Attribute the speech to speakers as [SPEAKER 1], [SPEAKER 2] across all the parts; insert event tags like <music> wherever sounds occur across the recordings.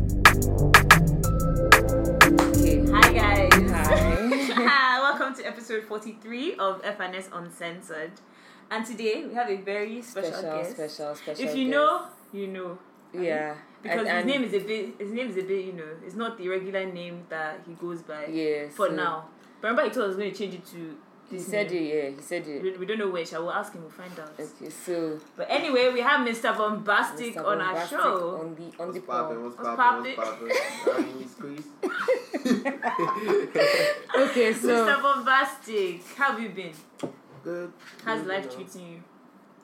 [SPEAKER 1] <laughs>
[SPEAKER 2] 43 of FNS Uncensored. And today we have a very <laughs> special,
[SPEAKER 1] special,
[SPEAKER 2] guest.
[SPEAKER 1] special, special.
[SPEAKER 2] if you
[SPEAKER 1] guest.
[SPEAKER 2] know, you know.
[SPEAKER 1] yeah,
[SPEAKER 2] Because
[SPEAKER 1] and, and
[SPEAKER 2] his name is a bit, his name is a bit, you know, it's not the regular name that he goes by
[SPEAKER 1] yeah,
[SPEAKER 2] for
[SPEAKER 1] so
[SPEAKER 2] now. But remember, he told us he was going to change it to.
[SPEAKER 1] He
[SPEAKER 2] this
[SPEAKER 1] said
[SPEAKER 2] name.
[SPEAKER 1] it. Yeah, he said it.
[SPEAKER 2] We, we don't know which. I will ask him. We'll find out.
[SPEAKER 1] Okay, so
[SPEAKER 2] But anyway, we have Mr. Bombastic
[SPEAKER 1] Mr.
[SPEAKER 2] on our
[SPEAKER 1] Bombastic
[SPEAKER 2] show.
[SPEAKER 1] on the on
[SPEAKER 3] What's
[SPEAKER 1] the
[SPEAKER 3] poppin'?
[SPEAKER 1] pod.
[SPEAKER 3] What's
[SPEAKER 2] What's
[SPEAKER 3] poppin'? What's
[SPEAKER 2] <laughs>
[SPEAKER 3] poppin'? I mean, squeeze.
[SPEAKER 1] Okay, <laughs> so
[SPEAKER 2] Mr. Bombastic, how have you been?
[SPEAKER 3] Good.
[SPEAKER 2] How's
[SPEAKER 3] good,
[SPEAKER 2] life
[SPEAKER 3] you know,
[SPEAKER 2] treating you?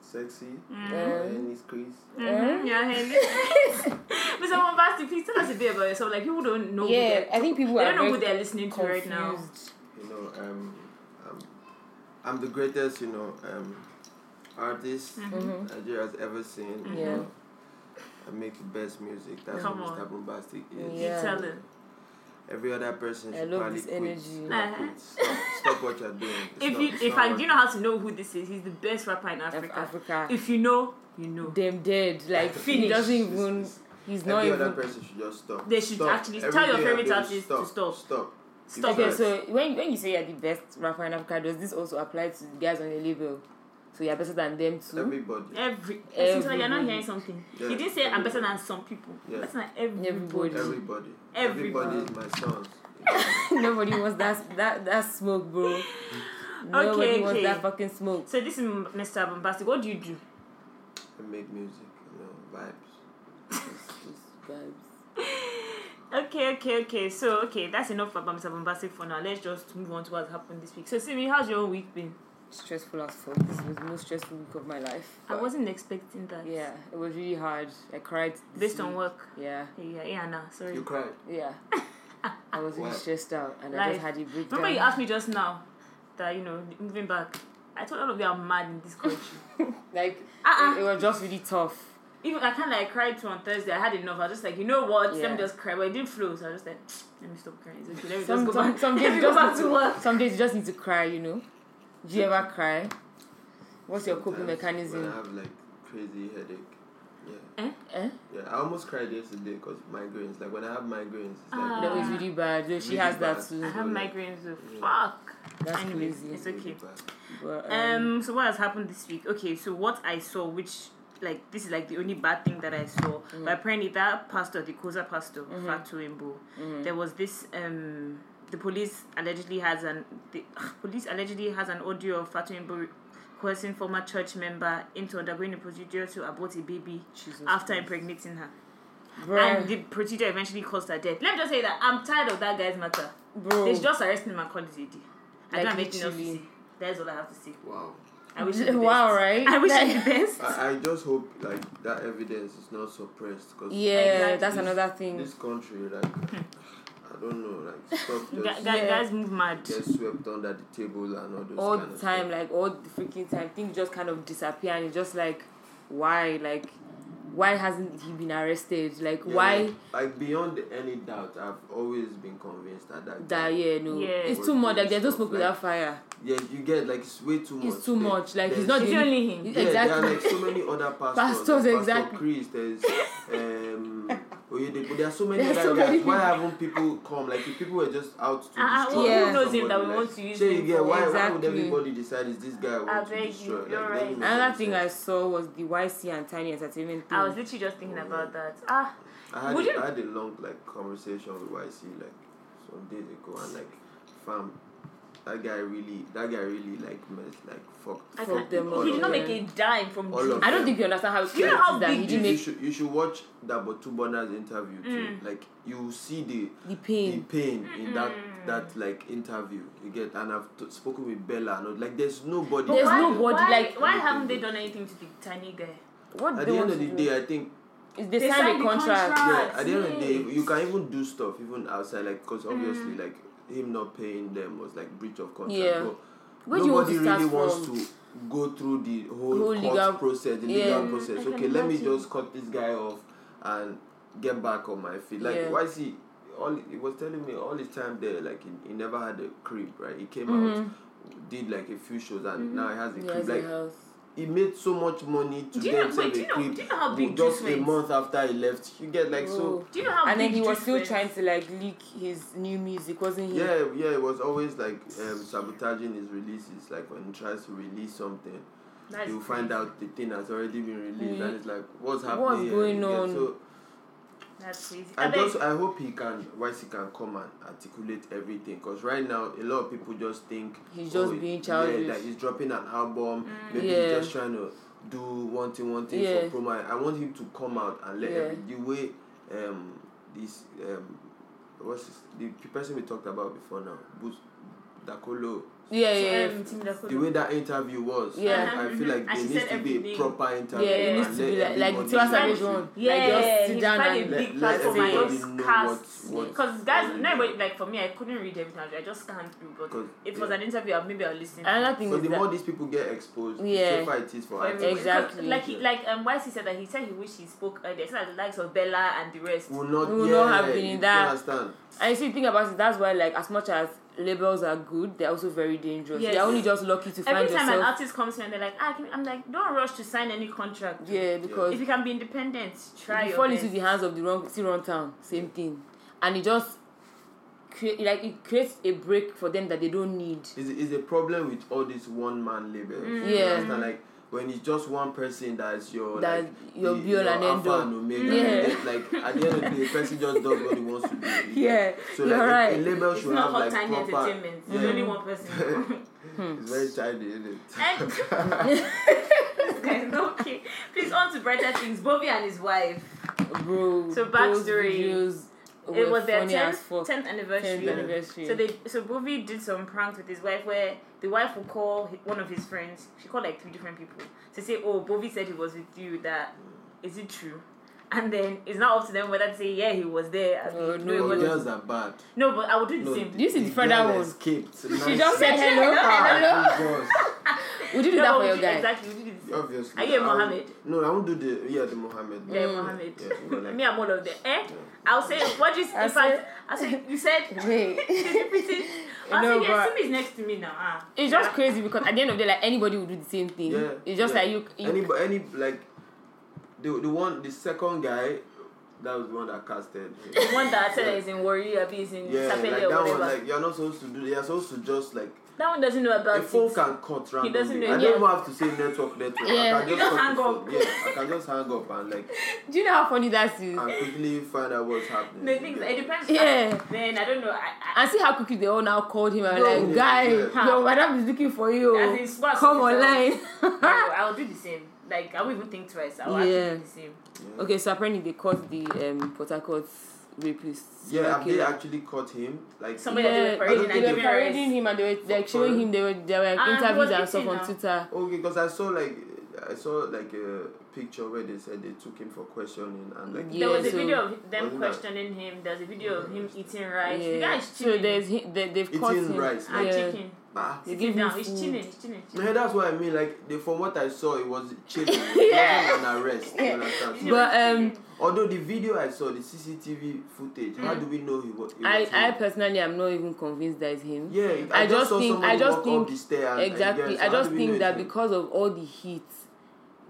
[SPEAKER 3] Sexy.
[SPEAKER 1] um,
[SPEAKER 3] And it's squeeze.
[SPEAKER 1] Mhm,
[SPEAKER 2] Mm-hmm, Yeah, <laughs> Mr. Bombastic, please tell us a bit about yourself. Like people don't know. who
[SPEAKER 1] yeah,
[SPEAKER 2] they're-
[SPEAKER 1] I think people
[SPEAKER 2] they
[SPEAKER 1] are
[SPEAKER 2] don't know who
[SPEAKER 1] very
[SPEAKER 2] they're listening to right now.
[SPEAKER 1] confused.
[SPEAKER 3] You know, um, um, I'm the greatest, you know, um, artist
[SPEAKER 2] Mm-hmm.
[SPEAKER 1] Mhm.
[SPEAKER 3] Nigeria's ever seen. you
[SPEAKER 1] Yeah.
[SPEAKER 3] know. I make the best music. That's
[SPEAKER 2] Come
[SPEAKER 3] what Mr.
[SPEAKER 2] on.
[SPEAKER 3] Bombastic is.
[SPEAKER 1] Yeah.
[SPEAKER 2] You tell them.
[SPEAKER 3] Every other person
[SPEAKER 1] I
[SPEAKER 3] should
[SPEAKER 1] love
[SPEAKER 3] probably
[SPEAKER 1] this
[SPEAKER 3] quit.
[SPEAKER 1] energy.
[SPEAKER 3] Stop, quit. Stop, stop what you're doing. It's
[SPEAKER 2] If
[SPEAKER 3] not-
[SPEAKER 2] you,
[SPEAKER 3] it's
[SPEAKER 2] if I,
[SPEAKER 3] not
[SPEAKER 2] do you
[SPEAKER 3] working.
[SPEAKER 2] know how to know who this is? He's the best rapper in
[SPEAKER 1] Af-
[SPEAKER 2] Africa.
[SPEAKER 1] Africa,
[SPEAKER 2] If you know, you know.
[SPEAKER 1] them dead.
[SPEAKER 2] <laughs>
[SPEAKER 1] Like he
[SPEAKER 2] Finish.
[SPEAKER 1] doesn't
[SPEAKER 3] It's-
[SPEAKER 1] even.
[SPEAKER 3] it's-
[SPEAKER 1] He's not
[SPEAKER 3] Every other
[SPEAKER 1] even.
[SPEAKER 3] person should just stop.
[SPEAKER 2] They should
[SPEAKER 3] Stop.
[SPEAKER 2] actually
[SPEAKER 3] Every
[SPEAKER 2] tell your
[SPEAKER 3] day you're
[SPEAKER 2] favorite
[SPEAKER 3] doing,
[SPEAKER 2] artist to stop.
[SPEAKER 3] Stop.
[SPEAKER 2] Stop
[SPEAKER 1] Okay,
[SPEAKER 2] it.
[SPEAKER 3] Because-
[SPEAKER 1] so when when you say you're the best rapper in Africa, does this also apply to the guys on the label? So you're better than them
[SPEAKER 2] Hmm?
[SPEAKER 1] too.
[SPEAKER 3] Everybody.
[SPEAKER 2] Every, it's like you're not
[SPEAKER 1] Everybody.
[SPEAKER 2] hearing something.
[SPEAKER 3] Yeah.
[SPEAKER 2] He didn't say I'm better than some people.
[SPEAKER 3] Yeah.
[SPEAKER 2] That's not everybody.
[SPEAKER 1] Everybody.
[SPEAKER 3] Everybody.
[SPEAKER 2] Everybody.
[SPEAKER 3] Everybody is my son.
[SPEAKER 1] Nobody wants that that that smoke, bro. Nobody
[SPEAKER 2] Okay,
[SPEAKER 1] wants
[SPEAKER 2] okay.
[SPEAKER 1] that fucking smoke.
[SPEAKER 2] So this is Mr. Bombastic. What do you do?
[SPEAKER 3] I make music, you know, vibes.
[SPEAKER 1] Just vibes.
[SPEAKER 2] Okay, okay, okay. So okay, that's enough about Mr. Bombastic for now. Let's just move on to what's happened this week. So Simi, how's your week been?
[SPEAKER 1] Stressful as fuck. This was the most stressful week of my life.
[SPEAKER 2] I wasn't expecting that.
[SPEAKER 1] Yeah, it was really hard. I cried. this
[SPEAKER 2] Based on
[SPEAKER 1] week.
[SPEAKER 2] work.
[SPEAKER 1] Yeah,
[SPEAKER 2] Yeah, yeah, nah, sorry.
[SPEAKER 3] You cried.
[SPEAKER 2] <laughs>
[SPEAKER 1] yeah. I was really
[SPEAKER 3] Why?
[SPEAKER 1] stressed out, and I
[SPEAKER 2] Life.
[SPEAKER 1] just had a breakdown.
[SPEAKER 2] Remember you asked me just now that you know moving back. I told all of you I'm mad in this
[SPEAKER 1] <laughs>
[SPEAKER 2] country.
[SPEAKER 1] like
[SPEAKER 2] Uh-uh.
[SPEAKER 1] it, it was just really tough.
[SPEAKER 2] Even I kind of like cried too on Thursday. I had enough. I was just like, you know what? Let
[SPEAKER 1] Yeah.
[SPEAKER 2] me just cry. But it didn't flow, so I was just like, let me stop crying. It's okay. Let me
[SPEAKER 1] Some,
[SPEAKER 2] just go
[SPEAKER 1] some,
[SPEAKER 2] <laughs> back.
[SPEAKER 1] some
[SPEAKER 2] let
[SPEAKER 1] days
[SPEAKER 2] me
[SPEAKER 1] you
[SPEAKER 2] go
[SPEAKER 1] just
[SPEAKER 2] back
[SPEAKER 1] need
[SPEAKER 2] to work.
[SPEAKER 1] Some days you just need to cry. You know. Do you ever cry? What's your coping
[SPEAKER 3] Sometimes When
[SPEAKER 1] mechanism?
[SPEAKER 3] I have like crazy headache. Yeah.
[SPEAKER 1] Eh?
[SPEAKER 3] Yeah. I almost cried yesterday because migraines. Like when I have migraines, it's like
[SPEAKER 2] Ah.
[SPEAKER 1] That was really bad. Though she
[SPEAKER 3] Really
[SPEAKER 1] has that
[SPEAKER 3] bad.
[SPEAKER 1] too.
[SPEAKER 2] I have
[SPEAKER 3] Yeah.
[SPEAKER 2] migraines. So
[SPEAKER 3] Yeah.
[SPEAKER 2] fuck.
[SPEAKER 1] That's
[SPEAKER 2] Anyway,
[SPEAKER 1] crazy.
[SPEAKER 2] it's okay.
[SPEAKER 3] bad.
[SPEAKER 1] But,
[SPEAKER 2] Um, so what has happened this week? Okay, so what I saw, which like this is like the only bad thing that I saw.
[SPEAKER 1] Mm-hmm.
[SPEAKER 2] But apparently that pastor, the Kosa pastor, Fatu Imbo,
[SPEAKER 1] Mm-hmm.
[SPEAKER 2] there was this um the police allegedly has an the police allegedly has an audio of Fatu Imbo coercing former church member into undergoing a procedure to abort a baby
[SPEAKER 1] Jesus
[SPEAKER 2] after
[SPEAKER 1] Christ.
[SPEAKER 2] impregnating her.
[SPEAKER 1] Bruh,
[SPEAKER 2] And the procedure eventually caused her death. Let me just say that I'm tired of that guy's matter.
[SPEAKER 1] bro,
[SPEAKER 2] They should just arrest him and call it a day. I
[SPEAKER 1] Like,
[SPEAKER 2] don't have anything else to
[SPEAKER 1] literally.
[SPEAKER 2] say. That's all I have to say.
[SPEAKER 3] Wow.
[SPEAKER 2] I wish
[SPEAKER 1] <laughs>
[SPEAKER 2] <laughs> you the
[SPEAKER 1] Wow,
[SPEAKER 2] best.
[SPEAKER 1] right?
[SPEAKER 2] I wish you
[SPEAKER 1] Like-
[SPEAKER 2] the <laughs> best.
[SPEAKER 3] I, I just hope like that evidence is not suppressed because
[SPEAKER 1] yeah,
[SPEAKER 2] Exactly.
[SPEAKER 1] that's another thing.
[SPEAKER 3] this country like
[SPEAKER 2] Hmm.
[SPEAKER 3] I don't know like stuff
[SPEAKER 2] Gu-
[SPEAKER 3] just
[SPEAKER 2] guys,
[SPEAKER 1] Yeah.
[SPEAKER 2] guys move mad.
[SPEAKER 3] gets swept under the table and all those
[SPEAKER 1] all
[SPEAKER 3] kind
[SPEAKER 1] the
[SPEAKER 3] of
[SPEAKER 1] time,
[SPEAKER 3] stuff.
[SPEAKER 1] like all the freaking time, things just kind of disappear, and it's just like, why, like, why hasn't he been arrested? Like,
[SPEAKER 3] Yeah,
[SPEAKER 1] why?
[SPEAKER 3] Like, like beyond any doubt, I've always been convinced that that.
[SPEAKER 1] That yeah, no,
[SPEAKER 2] Yeah.
[SPEAKER 1] it's too much. Like, there's no smoke without fire.
[SPEAKER 3] Yeah, you get like it's way too much.
[SPEAKER 1] It's too
[SPEAKER 3] There-
[SPEAKER 1] much. Like, he's
[SPEAKER 3] there's-
[SPEAKER 1] not
[SPEAKER 2] It's
[SPEAKER 1] the
[SPEAKER 2] only him.
[SPEAKER 3] Yeah, there are like
[SPEAKER 1] exactly. <laughs>
[SPEAKER 3] so many other pastors.
[SPEAKER 1] Pastors,
[SPEAKER 3] like
[SPEAKER 1] exactly.
[SPEAKER 3] Pastor Chris, there's um,
[SPEAKER 1] <laughs>
[SPEAKER 3] Oyedepo. There are so many
[SPEAKER 1] There are
[SPEAKER 3] other
[SPEAKER 1] so
[SPEAKER 3] guys.
[SPEAKER 1] many
[SPEAKER 3] Why haven't people come? Like if people were just out to
[SPEAKER 2] Ah, ah,
[SPEAKER 3] destroy.
[SPEAKER 1] who- who
[SPEAKER 2] knows
[SPEAKER 3] somebody,
[SPEAKER 2] him that we
[SPEAKER 3] like,
[SPEAKER 2] want to use
[SPEAKER 3] so you
[SPEAKER 2] him
[SPEAKER 3] get
[SPEAKER 2] for?
[SPEAKER 3] why, why would
[SPEAKER 1] Exactly.
[SPEAKER 3] everybody decide is this guy I want
[SPEAKER 2] I
[SPEAKER 3] to
[SPEAKER 2] beg you,
[SPEAKER 3] destroy?
[SPEAKER 2] you're
[SPEAKER 3] like,
[SPEAKER 2] right.
[SPEAKER 1] Another thing I saw was the YC and Tiny Entertainment thing.
[SPEAKER 2] I was literally just thinking about that. Ah,
[SPEAKER 3] I had,
[SPEAKER 2] Would you-
[SPEAKER 3] a, I had a long like conversation with YC like some days ago and like fam that guy really that guy really like messed like fucked
[SPEAKER 2] I
[SPEAKER 1] Fuck
[SPEAKER 2] can't.
[SPEAKER 1] them all
[SPEAKER 2] He did
[SPEAKER 1] of
[SPEAKER 2] not make a
[SPEAKER 1] them.
[SPEAKER 2] dime from
[SPEAKER 3] All
[SPEAKER 2] June.
[SPEAKER 3] of
[SPEAKER 1] I don't
[SPEAKER 3] them.
[SPEAKER 1] think you understand how it's
[SPEAKER 2] You know how
[SPEAKER 1] that he
[SPEAKER 2] big
[SPEAKER 3] you,
[SPEAKER 1] didn't
[SPEAKER 3] you
[SPEAKER 1] make
[SPEAKER 3] should you should watch that Botubona's interview too.
[SPEAKER 2] Mm.
[SPEAKER 3] Like you will see the
[SPEAKER 1] the
[SPEAKER 3] the
[SPEAKER 1] pain.
[SPEAKER 3] pain in that that like interview you get and I've t- spoken with Bella and all, like there's nobody
[SPEAKER 1] There's
[SPEAKER 2] why,
[SPEAKER 1] nobody,
[SPEAKER 2] why,
[SPEAKER 1] like-
[SPEAKER 2] Why haven't they done anything to the tiny guy?
[SPEAKER 1] What they
[SPEAKER 3] at the end
[SPEAKER 1] want
[SPEAKER 3] of the
[SPEAKER 1] to do
[SPEAKER 3] day I think
[SPEAKER 1] is they,
[SPEAKER 2] They
[SPEAKER 1] signed,
[SPEAKER 2] signed
[SPEAKER 1] a
[SPEAKER 2] the
[SPEAKER 1] contract.
[SPEAKER 2] contract.
[SPEAKER 3] yeah at the end of the day
[SPEAKER 2] Yes.
[SPEAKER 3] you can even do stuff even outside like
[SPEAKER 1] Mm.
[SPEAKER 3] because obviously like him not paying them was like breach of contract
[SPEAKER 1] Yeah.
[SPEAKER 3] but
[SPEAKER 1] Where do you want
[SPEAKER 3] nobody
[SPEAKER 1] to start
[SPEAKER 3] really wants
[SPEAKER 1] from?
[SPEAKER 3] to go through the
[SPEAKER 1] Whole
[SPEAKER 3] whole, court
[SPEAKER 1] legal-
[SPEAKER 3] process, the
[SPEAKER 1] Yeah.
[SPEAKER 3] legal
[SPEAKER 2] I
[SPEAKER 3] process.
[SPEAKER 2] can
[SPEAKER 3] Okay, let me
[SPEAKER 2] imagine.
[SPEAKER 3] just cut this guy off and get back on my feet. Like
[SPEAKER 1] Yeah.
[SPEAKER 3] why is he all he was telling me all his time there, like he, he never
[SPEAKER 1] Mm-hmm.
[SPEAKER 3] had a crib, right? He came out, did like a few shows and now he has a
[SPEAKER 1] He
[SPEAKER 3] crib.
[SPEAKER 1] has a
[SPEAKER 3] Like
[SPEAKER 1] house.
[SPEAKER 3] he made so much money
[SPEAKER 2] Do
[SPEAKER 3] to
[SPEAKER 2] you
[SPEAKER 3] get
[SPEAKER 2] know-
[SPEAKER 3] himself
[SPEAKER 2] wait, do
[SPEAKER 3] a
[SPEAKER 2] you know-
[SPEAKER 3] crib
[SPEAKER 2] do you know how big
[SPEAKER 3] just
[SPEAKER 2] Juice
[SPEAKER 3] a
[SPEAKER 2] went?
[SPEAKER 3] month after he left. You get like so.
[SPEAKER 2] Do you know how
[SPEAKER 1] and then
[SPEAKER 2] big
[SPEAKER 1] he was
[SPEAKER 2] Juice
[SPEAKER 1] still
[SPEAKER 2] went?
[SPEAKER 1] trying to like leak his new music, wasn't he?
[SPEAKER 3] Yeah, yeah, it was always like um, sabotaging his releases. Like when he tries to release something,
[SPEAKER 2] That's
[SPEAKER 3] you find out the thing has already been released,
[SPEAKER 1] Mhm.
[SPEAKER 3] and it's like,
[SPEAKER 1] What's
[SPEAKER 3] what's happening? here?
[SPEAKER 1] going
[SPEAKER 3] You get-
[SPEAKER 1] on?
[SPEAKER 3] So
[SPEAKER 2] That's crazy.
[SPEAKER 3] I
[SPEAKER 2] I beg-
[SPEAKER 3] just I hope he can, once he can come and articulate everything. Cause right now a lot of people just think oh,
[SPEAKER 1] He's just
[SPEAKER 3] he-
[SPEAKER 1] being childish. Mm.
[SPEAKER 3] Yeah, like he's dropping an album. Maybe he's
[SPEAKER 1] Yeah.
[SPEAKER 3] just trying to do one thing, one thing
[SPEAKER 1] Yeah.
[SPEAKER 3] for promo. I want him to come out and let
[SPEAKER 1] Yeah.
[SPEAKER 3] every, the way um this um what's his, the pe- person we talked about before now, Bus, Dakolo.
[SPEAKER 1] yeah,
[SPEAKER 2] So,
[SPEAKER 1] yeah.
[SPEAKER 2] um, Tim Dakola.
[SPEAKER 3] The way that interview was,
[SPEAKER 1] Yeah.
[SPEAKER 3] I, I
[SPEAKER 2] Mhm,
[SPEAKER 3] feel like
[SPEAKER 2] mhm.
[SPEAKER 3] there
[SPEAKER 2] And she
[SPEAKER 3] needs
[SPEAKER 2] said
[SPEAKER 3] to be a
[SPEAKER 2] everything.
[SPEAKER 3] proper interview.
[SPEAKER 1] yeah, it
[SPEAKER 3] and
[SPEAKER 1] needs to
[SPEAKER 3] let
[SPEAKER 1] be like, like the
[SPEAKER 3] everybody
[SPEAKER 1] Tiwa Savage
[SPEAKER 3] see.
[SPEAKER 1] one. like,
[SPEAKER 2] Yeah,
[SPEAKER 1] just
[SPEAKER 2] he
[SPEAKER 1] sit down
[SPEAKER 2] found a
[SPEAKER 1] and
[SPEAKER 3] Let-
[SPEAKER 2] big
[SPEAKER 3] let
[SPEAKER 2] platform. I
[SPEAKER 3] everybody
[SPEAKER 2] just
[SPEAKER 3] know
[SPEAKER 2] cast
[SPEAKER 3] what- what-
[SPEAKER 2] because that's
[SPEAKER 3] what-
[SPEAKER 2] nobody like for me. I couldn't read everything. I just scanned through. But
[SPEAKER 3] 'Cause,
[SPEAKER 2] if it was
[SPEAKER 3] yeah.
[SPEAKER 2] an interview, I'll- maybe I'll listen.
[SPEAKER 1] Another thing
[SPEAKER 3] So
[SPEAKER 1] is
[SPEAKER 3] the
[SPEAKER 1] that
[SPEAKER 3] more these people get exposed,
[SPEAKER 1] Yeah.
[SPEAKER 3] the safer it is for
[SPEAKER 2] For everyone.
[SPEAKER 3] artists.
[SPEAKER 2] 'Cause,
[SPEAKER 1] Exactly.
[SPEAKER 2] Like he, like um, Wise said that he said he wished he spoke earlier. So that the likes of Bella and the rest.
[SPEAKER 3] Will not,
[SPEAKER 1] We will
[SPEAKER 3] yeah,
[SPEAKER 1] not have been in
[SPEAKER 3] you
[SPEAKER 1] that.
[SPEAKER 3] Understand?
[SPEAKER 1] And you see, think about it. That's why, like, as much as labels are good, they're also very dangerous.
[SPEAKER 2] Yes.
[SPEAKER 1] You're only just lucky to find
[SPEAKER 2] Every time an
[SPEAKER 1] yourself.
[SPEAKER 2] artist comes to me and they're like, ah, can, I'm like, don't rush to sign any contract.
[SPEAKER 1] yeah, because
[SPEAKER 2] If you can be independent, try
[SPEAKER 1] you
[SPEAKER 2] your
[SPEAKER 1] fall
[SPEAKER 2] best.
[SPEAKER 1] into the hands of the wrong, see wrong town. Same thing, and it just create like it creates a break for them that they don't need.
[SPEAKER 3] It's, it's a problem with all these one man labels. You
[SPEAKER 1] Mm. Yeah.
[SPEAKER 3] understand? Like when it's just one person that's your
[SPEAKER 1] That
[SPEAKER 3] like,
[SPEAKER 1] your
[SPEAKER 3] the-
[SPEAKER 1] Bill and
[SPEAKER 3] alpha
[SPEAKER 1] Endo.
[SPEAKER 3] and omega.
[SPEAKER 1] Yeah.
[SPEAKER 3] and then, like at the end of the day, the person just does what he wants to do. you get?
[SPEAKER 1] <laughs> Yeah,
[SPEAKER 3] So
[SPEAKER 1] you're
[SPEAKER 3] like a-
[SPEAKER 1] right.
[SPEAKER 3] a, label
[SPEAKER 2] it's
[SPEAKER 3] should
[SPEAKER 2] not
[SPEAKER 3] have
[SPEAKER 2] hot
[SPEAKER 3] like
[SPEAKER 2] tiny
[SPEAKER 3] proper.
[SPEAKER 2] entertainment.
[SPEAKER 3] Yeah.
[SPEAKER 2] There's only one person. <laughs>
[SPEAKER 1] Hmm.
[SPEAKER 3] It's very shiny, isn't it? <laughs>
[SPEAKER 2] And- <laughs> This guy is not okay. Please on to brighter things. Bobby and his wife.
[SPEAKER 1] Bro,
[SPEAKER 2] So
[SPEAKER 1] those
[SPEAKER 2] backstory.
[SPEAKER 1] videos
[SPEAKER 2] it
[SPEAKER 1] were
[SPEAKER 2] was their
[SPEAKER 1] funny as
[SPEAKER 2] 10th,
[SPEAKER 1] fuck.
[SPEAKER 2] 10th anniversary.
[SPEAKER 1] 10th anniversary.
[SPEAKER 2] So they so Bobby did some pranks with his wife where the wife would call hi- one of his friends. She called like three different people to say, "Oh, Bobby said he was with you. That is it true?" And then it's not up to them whether to say, "Yeah, he was there."
[SPEAKER 1] Oh,
[SPEAKER 2] and
[SPEAKER 1] no,
[SPEAKER 2] he
[SPEAKER 1] it
[SPEAKER 3] But
[SPEAKER 1] <laughs>
[SPEAKER 2] wasn't."
[SPEAKER 3] girls are bad.
[SPEAKER 2] no, but I would do the
[SPEAKER 3] No,
[SPEAKER 2] same.
[SPEAKER 1] This is
[SPEAKER 3] the
[SPEAKER 1] further
[SPEAKER 3] girl
[SPEAKER 1] one.
[SPEAKER 3] Escaped.
[SPEAKER 1] she just said hello, Ah, hello.
[SPEAKER 3] hello.
[SPEAKER 1] Would you do
[SPEAKER 2] No,
[SPEAKER 1] that
[SPEAKER 2] but
[SPEAKER 1] for
[SPEAKER 2] we
[SPEAKER 1] your
[SPEAKER 2] do-
[SPEAKER 1] guy?
[SPEAKER 2] Exactly. We do the same.
[SPEAKER 3] Obviously.
[SPEAKER 2] Are you a
[SPEAKER 3] I won't-
[SPEAKER 2] Mohammed?
[SPEAKER 3] No, I won't do the yeah the Mohammed.
[SPEAKER 2] Yeah, Mohammed.
[SPEAKER 3] Yeah, you know,
[SPEAKER 2] <laughs> Me,
[SPEAKER 3] like,
[SPEAKER 2] I'm all of them. Eh? I'll say, what do you
[SPEAKER 1] I
[SPEAKER 2] in fact, I said, you said,
[SPEAKER 1] <laughs>
[SPEAKER 2] <laughs>
[SPEAKER 1] Wait.
[SPEAKER 3] <laughs>
[SPEAKER 2] I
[SPEAKER 1] No,
[SPEAKER 2] said, yeah,
[SPEAKER 1] but-
[SPEAKER 2] Simi is next to me now. Ah.
[SPEAKER 1] It's just crazy because at the end of the day, like anybody would do the same thing.
[SPEAKER 3] yeah.
[SPEAKER 1] it's just
[SPEAKER 3] yeah.
[SPEAKER 1] like you, you
[SPEAKER 3] Any, any like the the one the second guy that was the one that casted.
[SPEAKER 2] The one that I said is in Warrior, Abi is in
[SPEAKER 3] Yeah, like
[SPEAKER 2] Sapele
[SPEAKER 3] that
[SPEAKER 2] or whatever.
[SPEAKER 3] one. Like you're not supposed to do. You're supposed to just like
[SPEAKER 2] that one doesn't know about
[SPEAKER 3] the phone
[SPEAKER 2] it.
[SPEAKER 3] can cut randomly.
[SPEAKER 2] doesn't know,
[SPEAKER 3] I
[SPEAKER 2] yeah.
[SPEAKER 3] don't even have to say network network.
[SPEAKER 1] Yeah.
[SPEAKER 3] I can
[SPEAKER 2] You just
[SPEAKER 3] just cut the
[SPEAKER 2] hang
[SPEAKER 3] phone.
[SPEAKER 2] up.
[SPEAKER 3] Yeah, I can just hang up and like
[SPEAKER 1] do you know how funny that is?
[SPEAKER 3] and quickly find out what's happening.
[SPEAKER 2] No, things, it depends.
[SPEAKER 1] Yeah.
[SPEAKER 2] Then I don't know. I, I,
[SPEAKER 1] and see how quickly they all now called him and
[SPEAKER 3] No.
[SPEAKER 1] like, guy,
[SPEAKER 3] Yeah.
[SPEAKER 1] your madam is looking for you.
[SPEAKER 2] As in swag,
[SPEAKER 1] Oh, Come
[SPEAKER 2] it's
[SPEAKER 1] online.
[SPEAKER 2] <laughs>
[SPEAKER 1] <laughs>
[SPEAKER 2] I'll do the same. Like, I won't even think twice. I'll
[SPEAKER 1] Yeah.
[SPEAKER 2] actually do the same.
[SPEAKER 3] Yeah.
[SPEAKER 1] okay, so apparently they caught the um, Port Harcourt rapist.
[SPEAKER 3] Yeah,
[SPEAKER 1] Okay.
[SPEAKER 3] they actually caught him. Like
[SPEAKER 2] Somebody that they were
[SPEAKER 1] Yeah.
[SPEAKER 2] parading
[SPEAKER 3] I
[SPEAKER 2] and
[SPEAKER 1] They were
[SPEAKER 2] giving
[SPEAKER 1] parading
[SPEAKER 2] arrest.
[SPEAKER 1] him and they were like
[SPEAKER 3] For-
[SPEAKER 1] showing
[SPEAKER 3] for-
[SPEAKER 1] him. They were there were
[SPEAKER 2] he
[SPEAKER 1] interviews
[SPEAKER 2] was
[SPEAKER 1] and stuff on
[SPEAKER 2] beaten up.
[SPEAKER 1] Twitter.
[SPEAKER 3] Okay, because I saw like I saw like a picture where they said they took him for questioning and like
[SPEAKER 1] Yeah,
[SPEAKER 2] there was a
[SPEAKER 1] so-
[SPEAKER 2] video of them
[SPEAKER 3] Wasn't that-
[SPEAKER 2] questioning him. There was a video of him eating rice. The guy
[SPEAKER 1] Yeah.
[SPEAKER 2] is
[SPEAKER 1] So
[SPEAKER 2] chilling.
[SPEAKER 1] there's hi- they, they've
[SPEAKER 3] Eating
[SPEAKER 1] caught him.
[SPEAKER 3] rice,
[SPEAKER 2] and
[SPEAKER 1] yeah.
[SPEAKER 2] chicken.
[SPEAKER 3] ah.
[SPEAKER 1] They
[SPEAKER 2] Give
[SPEAKER 1] gave him
[SPEAKER 2] now. He's
[SPEAKER 1] food.
[SPEAKER 2] chilling. He's chilling. He's chilling.
[SPEAKER 3] Yeah, that's what I mean. Like the, from what I saw, it was
[SPEAKER 1] <laughs>
[SPEAKER 3] chilling.
[SPEAKER 1] Yeah.
[SPEAKER 3] It wasn't an arrest. You understand? So-
[SPEAKER 1] But um,
[SPEAKER 3] although the video I saw, the CCTV footage, how do we know he was? It was
[SPEAKER 1] Mm. I,
[SPEAKER 3] him?
[SPEAKER 1] I personally am not even convinced that it's him.
[SPEAKER 3] yeah, I,
[SPEAKER 1] I just
[SPEAKER 3] saw
[SPEAKER 1] think-
[SPEAKER 3] somebody
[SPEAKER 1] I just
[SPEAKER 3] walk
[SPEAKER 1] think-
[SPEAKER 3] up the stair and- and
[SPEAKER 1] exactly.
[SPEAKER 3] get- so
[SPEAKER 1] I
[SPEAKER 3] how
[SPEAKER 1] just
[SPEAKER 3] do we know
[SPEAKER 1] think
[SPEAKER 3] it's
[SPEAKER 1] that
[SPEAKER 3] him?
[SPEAKER 1] because of all the heat,